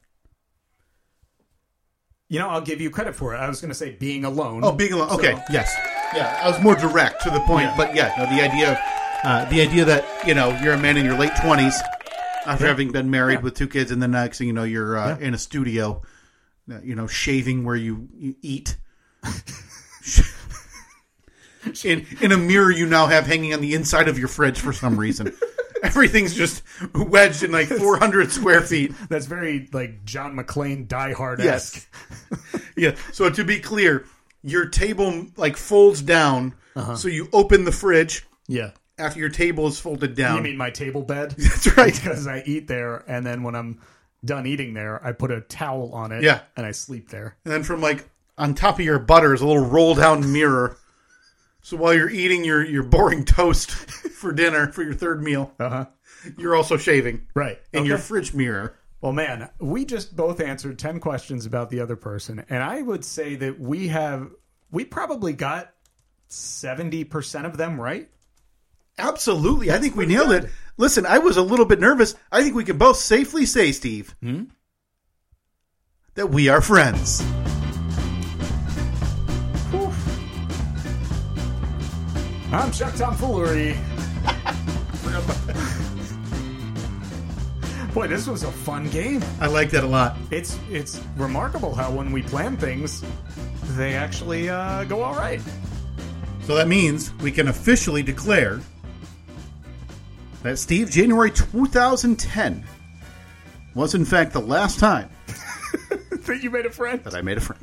C: You know, I'll give you credit for it. I was going to say being alone.
B: Oh, being alone. Okay, yes, yeah. I was more direct to the point, but yeah, no, the idea, of, uh, the idea that you know you're a man in your late twenties after having been married with two kids, and then next thing you know you're uh, in a studio, uh, you know, shaving where you, you eat. in in a mirror you now have hanging on the inside of your fridge for some reason. Everything's just wedged in like 400 square feet.
C: That's very like John McClane Die Hard esque.
B: Yes. yeah. So to be clear, your table like folds down, so you open the fridge
C: Yeah.
B: after your table is folded down.
C: You mean my table bed?
B: Um, That's right.
C: because I eat there, and then when I'm done eating there, I put a towel on it.
B: Yeah.
C: and I sleep there.
B: And then from like on top of your butter is a little roll down mirror. So while you're eating your your boring toast for dinner for your third meal,
C: Uh-huh.
B: you're also shaving
C: Right.
B: in your
C: Okay.
B: fridge mirror.
C: Well, man, we just both answered 10 questions about the other person. And I would say that we have, we probably got 70% of them right.
B: Absolutely. I think we nailed it. Listen, I was a little bit nervous. I think we can both safely say, Steve, that we are friends.
C: I'm Chuck Tomfoolery. Boy, this was a fun game.
B: I like that a lot.
C: It's it's remarkable how when we plan things, they actually uh, go all right.
B: So that means we can officially declare that Steve, January 2010, was in fact the last time
C: that you made a friend.
B: that I made a friend.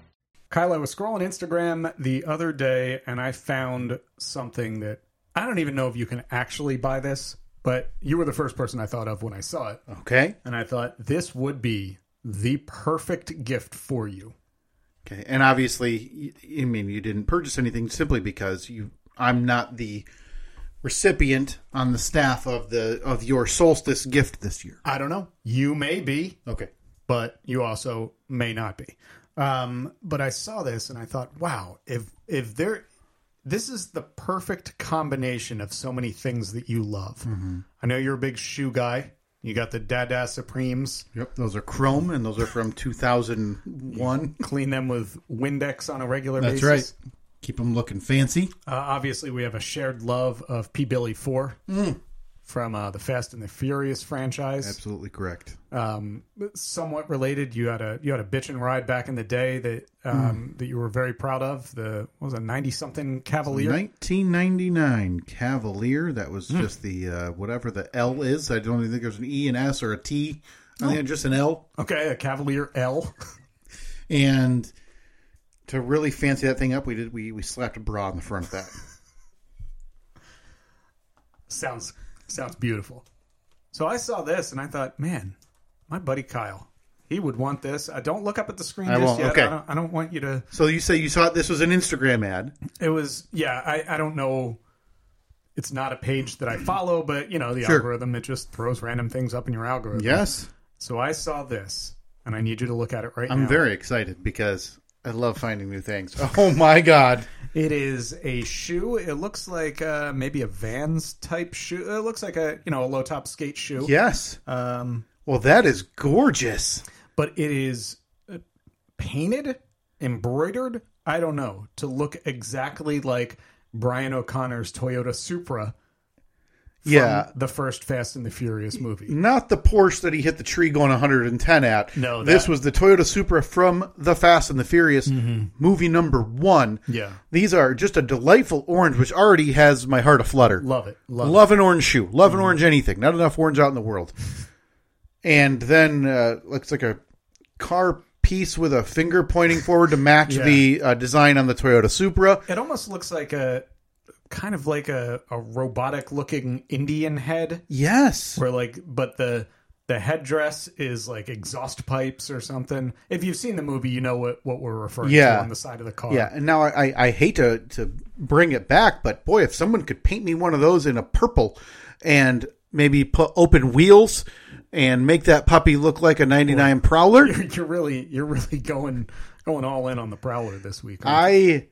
C: Kyle, I was scrolling Instagram the other day and I found something that I don't even know if you can actually buy this, but you were the first person I thought of when I saw it.
B: Okay.
C: And I thought this would be the perfect gift for you.
B: Okay. And obviously, y- I mean, you didn't purchase anything simply because you. I'm not the recipient on the staff of the of your solstice gift this year.
C: I don't know. You may be,
B: Okay.
C: but you also may not be. Um, but I saw this and I thought, wow, if if there this is the perfect combination of so many things that you love. I know you're a big shoe guy. You got the Dada Supremes.
B: Yep. Those are Chrome, and those are from 2001.
C: clean them with Windex on a regular
B: That's
C: basis.
B: right. Keep them looking fancy.
C: Uh, obviously, we have a shared love of P. Billy 4
B: Mm.
C: from uh, the Fast and the Furious franchise.
B: Absolutely correct.
C: Somewhat related, you had a you had a bitch and ride back in the day that
B: Mm.
C: um, that you were very proud of. The what was a ninety something Cavalier.
B: 1999 Cavalier. That was just the uh, whatever the L is. I don't even think there's an E, an S, or a T. I think it's just an L.
C: Okay, a Cavalier L.
B: And to really fancy that thing up, we did we we slapped a bra on the front of that.
C: sounds sounds beautiful. So I saw this and I thought, man, my buddy Kyle, he would want this. I don't look up at the screen
B: I
C: just
B: won't,
C: yet.
B: okay.
C: I, don't, I don't want you to
B: so you say you saw this was an Instagram ad.
C: it was yeah i i don't know it's not a page that i follow but you know the
B: Sure.
C: algorithm it just throws random things up in your algorithm
B: Yes,
C: so i saw this and i need you to look at it right
B: I'm
C: now
B: very excited because I love finding new things. Oh my god!
C: it is a shoe it looks like uh maybe a vans type shoe it looks like a you know a low top skate shoe
B: Yes.
C: um
B: Well, that is gorgeous.
C: but it is uh, painted embroidered i don't know to look exactly like brian o'connor's toyota supra
B: Yeah.
C: the first fast and the furious movie
B: Not the Porsche that he hit the tree going 110 at.
C: No,
B: this
C: that- Mm-hmm.
B: was the Toyota Supra from the Fast and the Furious movie number one.
C: Yeah.
B: these are just a delightful orange, which already has my heart aflutter.
C: Love it. Mm-hmm. Love,
B: Love, an orange shoe. Love an orange anything. Not enough orange out in the world. And then uh, looks like a car piece with a finger pointing forward to match
C: Yeah.
B: the uh, design on the Toyota Supra.
C: it. It almost looks like a kind of like a, a robotic looking Indian head
B: Yes,
C: where like but the the headdress is like exhaust pipes or something. If you've seen the movie, you know what, what we're referring
B: Yeah.
C: to on the side of the car.
B: Yeah, and now I, I, I hate to, to bring it back, but boy, if someone could paint me one of those in a purple and maybe put open wheels and make that puppy look like a 99 Prowler,
C: You're really you're really going going all in on the prowler this week. aren't
B: I.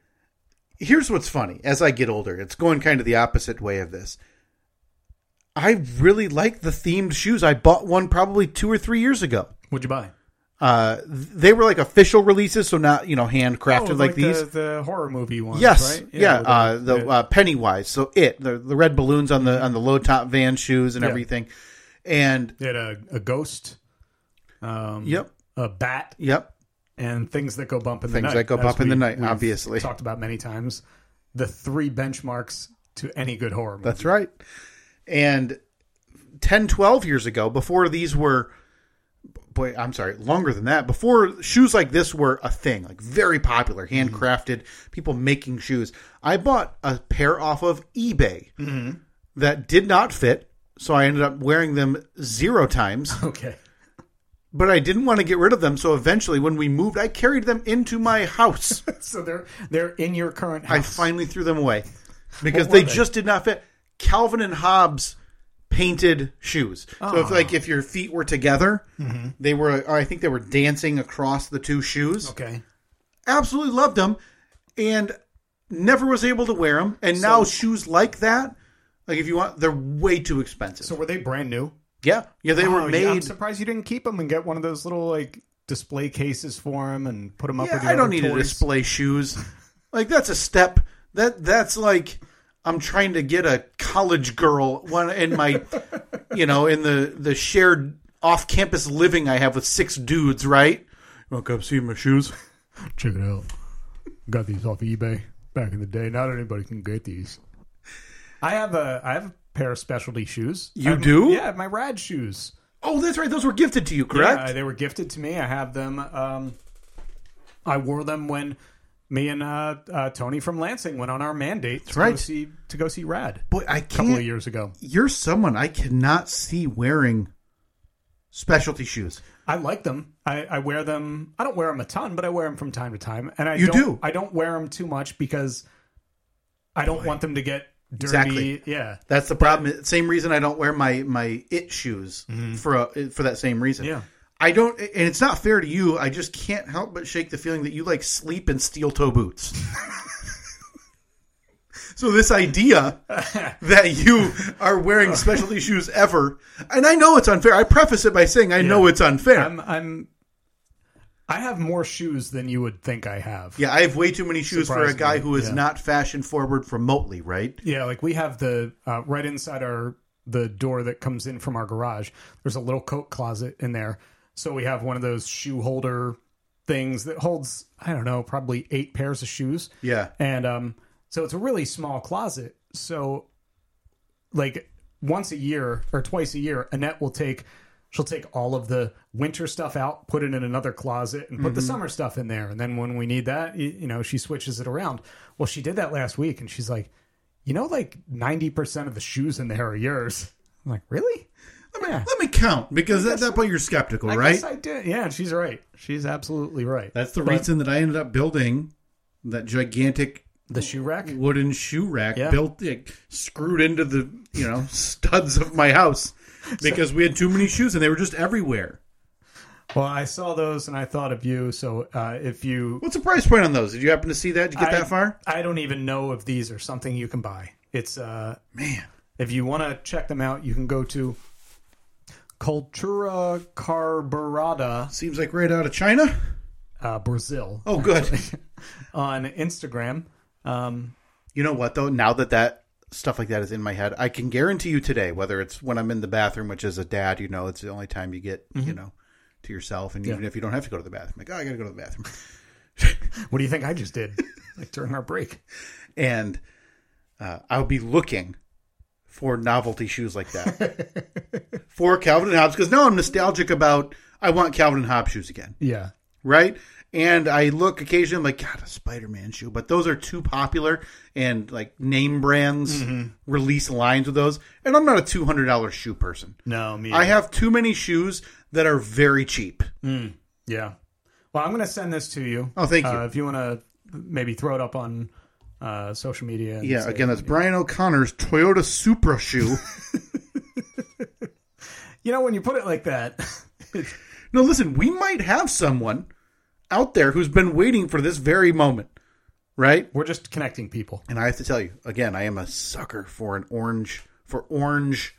B: Here's what's funny. As I get older, it's going kind of the opposite way of this. I really like the themed shoes. I bought one probably two or three years ago.
C: you? What'd you buy?
B: Uh, th- they were like official releases, so not you know handcrafted
C: Oh,
B: like, these.
C: the, the horror movie ones,
B: Yes,
C: right?
B: yeah, uh,
C: with
B: the uh, Pennywise. So it the the red balloons on the on the low top van shoes and
C: Yeah.
B: everything, and
C: they had a, a ghost, um,
B: yep,
C: a bat,
B: yep,
C: and things that go bump in the
B: Things
C: night.
B: that go
C: as
B: bump in the
C: we-
B: night,
C: we've
B: obviously.
C: talked about many times. The three benchmarks to any good horror movie.
B: that's right. And 10, 12 years ago, before these were, boy, I'm sorry, longer than that, before shoes like this were a thing, like very popular, handcrafted, people making shoes. I bought a pair off of eBay that did not fit, so I ended up wearing them zero times.
C: Okay.
B: but I didn't want to get rid of them. So eventually, when we moved, I carried them into my house.
C: So they're they're in your current house.
B: I finally threw them away because
C: What were
B: they
C: they?
B: just did not fit. Calvin and Hobbes painted shoes. So
C: Oh.
B: if like if your feet were together,
C: Mm-hmm.
B: they were I think they were dancing across the two shoes.
C: Okay.
B: Absolutely loved them and never was able to wear them. And now shoes like that, like if you want, they're way too expensive.
C: So were they brand new?
B: yeah, yeah, they
C: Oh,
B: were
C: yeah, I'm
B: made.
C: surprised you didn't keep them and get one of those little like display cases for them and put them up.
B: Yeah,
C: with your
B: I don't
C: other
B: need to
C: toys.
B: display shoes. Like that's a step. That that's like I'm trying to get a college girl one in my, you know, in the the shared off campus living I have with six dudes. Right? You want to come see my shoes?
C: Check it out. Got these off eBay back in the day. Not anybody can get these. I have a I have a pair of specialty shoes.
B: You
C: I have-
B: do?
C: Yeah, I have my rad shoes.
B: Oh, that's right. Those were gifted to you, correct?
C: Yeah, they were gifted to me. I have them. Um, I wore them when me and uh, uh, Tony from Lansing went on our mandate to go
B: right.
C: see to go see Rad
B: Boy, I
C: a couple of
B: can't.
C: years ago.
B: You're someone I cannot see wearing specialty shoes.
C: I like them. I, I wear them. I don't wear them a ton, but I wear them from time to time. And I
B: You
C: don't,
B: do.
C: I don't wear them too much because I don't want them to get dirty.
B: Exactly.
C: Yeah.
B: That's the problem. Same reason I don't wear my my it shoes for a, for that same reason.
C: Mm-hmm. Yeah.
B: I don't, and it's not fair to you. I just can't help but shake the feeling that you like sleep in steel toe boots. so this idea that you are wearing specialty shoes ever, and I know it's unfair. I preface it by saying I know it's unfair.
C: I'm. I'm. I have more shoes than you would think I have.
B: yeah, I have way too many shoes for a
C: Surprisingly,
B: guy who is
C: yeah.
B: not fashion forward remotely. Right?
C: Yeah, like we have the uh, right inside our the door that comes in from our garage. There's a little coat closet in there, so we have one of those shoe holder things that holds I don't know probably eight pairs of shoes.
B: Yeah.
C: and um, so it's a really small closet. So like once a year or twice a year, Annette will take she'll take all of the winter stuff out, put it in another closet, and put
B: Mm-hmm.
C: the summer stuff in there. And then when we need that, y- you know, she switches it around. Well, she did that last week, and she's like, you know, like ninety percent of the shoes in there are yours. I'm like, really? Yeah.
B: Let me count because at that point you're skeptical,
C: I
B: right?
C: guess I did. Yeah, and she's right. She's absolutely right.
B: That's the
C: But
B: reason that I ended up building that gigantic
C: the shoe rack.
B: wooden shoe rack
C: Yeah.
B: built like, screwed into the you know studs of my house because we had too many shoes and they were just everywhere.
C: Well, I saw those and I thought of you. So uh, if you
B: What's the price point on those? Did you happen to see that? Did you get
C: I-
B: that far?
C: I don't even know if these are something you can buy. It's uh
B: Man,
C: if you want to check them out, you can go to Cultura Carburada,
B: seems like right out of China.
C: uh, Brazil,
B: Oh, good.
C: on Instagram. Um,
B: you know what though? Now that that stuff like that is in my head, I can guarantee you today, whether it's when I'm in the bathroom, which as a dad, you know, it's the only time you get you know to yourself, and even if you don't have to go to the bathroom, like oh, I got to go to the bathroom.
C: what do you think I just did? like during our break.
B: and uh, I'll be looking for novelty shoes like that for Calvin and Hobbes because now I'm nostalgic about I want Calvin and Hobbes shoes again,
C: Yeah.
B: right? And I look occasionally I'm like God, a Spider Man shoe, but those are too popular and like name brands release lines with those, and I'm not a two hundred dollar shoe person.
C: No, me.
B: I have too many shoes that are very cheap.
C: Yeah. Well, I'm going to send this to you.
B: Oh, thank you.
C: Uh, if you want to maybe throw it up on uh, social media. and
B: Yeah,
C: say-
B: again, uh, that's Brian O'Connor's Toyota Supra shoe.
C: You know, when you put it like that, it's-
B: No, listen, we might have someone out there who's been waiting for this very moment, right?
C: we're just connecting people.
B: And I have to tell you, again, I am a sucker for an orange for orange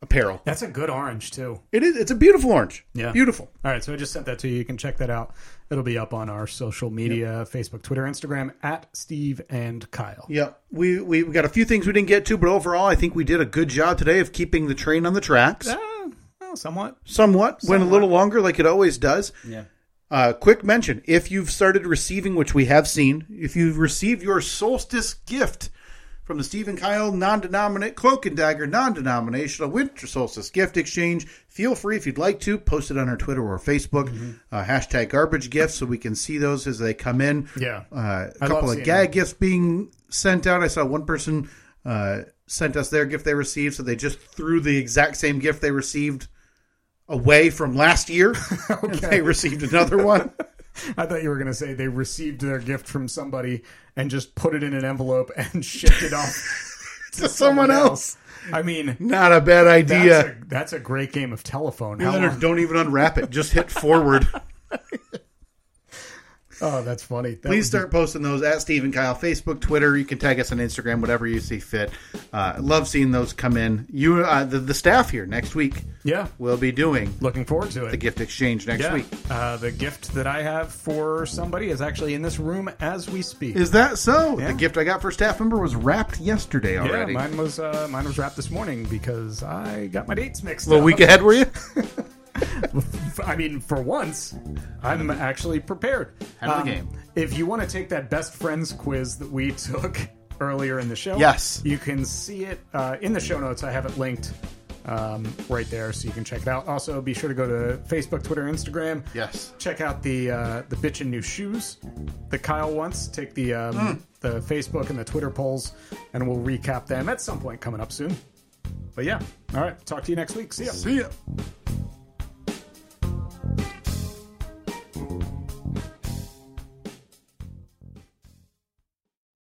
B: apparel.
C: That's a good orange, too.
B: It is it's a beautiful orange.
C: Yeah.
B: Beautiful.
C: All right, so I just sent that to you. You can check that out. It'll be up on our social media Facebook, Twitter, Instagram at Steve and Kyle.
B: Yeah. We we we got a few things we didn't get to, but overall I think we did a good job today of keeping the train on the tracks.
C: Ah, well, somewhat.
B: Somewhat. Went a little longer like it always does.
C: Yeah.
B: Uh, quick mention if you've started receiving, which we have seen, if you've received your solstice gift from the Stephen Kyle non denominate cloak and dagger non denominational winter solstice gift exchange, feel free if you'd like to post it on our Twitter or Facebook,
C: Mm-hmm.
B: uh, hashtag garbage gifts, so we can see those as they come in.
C: Yeah.
B: Uh,
C: I
B: a couple
C: love
B: of
C: seeing
B: gag gifts being sent out. I saw one person uh, sent us their gift they received, so they just threw the exact same gift they received away from last year. and they received another one.
C: I thought you were going to say they received their gift from somebody and just put it in an envelope and shipped it off
B: to someone else.
C: I mean,
B: Not a bad
C: that's,
B: idea.
C: a, that's a great game of telephone. How
B: Leonard,
C: long-
B: don't even unwrap it. Just hit forward.
C: Oh, that's funny. That
B: Please
C: would
B: start posting those at Steve and Kyle, Facebook, Twitter. You can tag us on Instagram, whatever you see fit. Uh, love seeing those come in. You, uh, the, the staff here next week
C: be- yeah,
B: will be doing
C: looking forward to it.
B: the gift exchange next
C: yeah,
B: week.
C: Uh, the gift that I have for somebody is actually in this room as we speak.
B: Is that so?
C: Yeah.
B: The gift I got for staff member was wrapped yesterday
C: yeah,
B: already.
C: mine was uh, mine was wrapped this morning because I got my dates mixed.
B: Little
C: up.
B: week ahead, were you?
C: I mean, for once, I'm actually prepared. Um,
B: Head of the game.
C: If you want to take that best friends quiz that we took earlier in the show,
B: Yes.
C: you can see it uh, in the show notes. I have it linked um, right there, so you can check it out. Also, be sure to go to Facebook, Twitter, Instagram.
B: Yes.
C: Check out the uh, the bitchin' new shoes that Kyle wants. Take the um,
B: Hmm.
C: the Facebook and the Twitter polls, and we'll recap them at some point coming up soon. But yeah, all right. Talk to you next week. See ya.
B: See ya.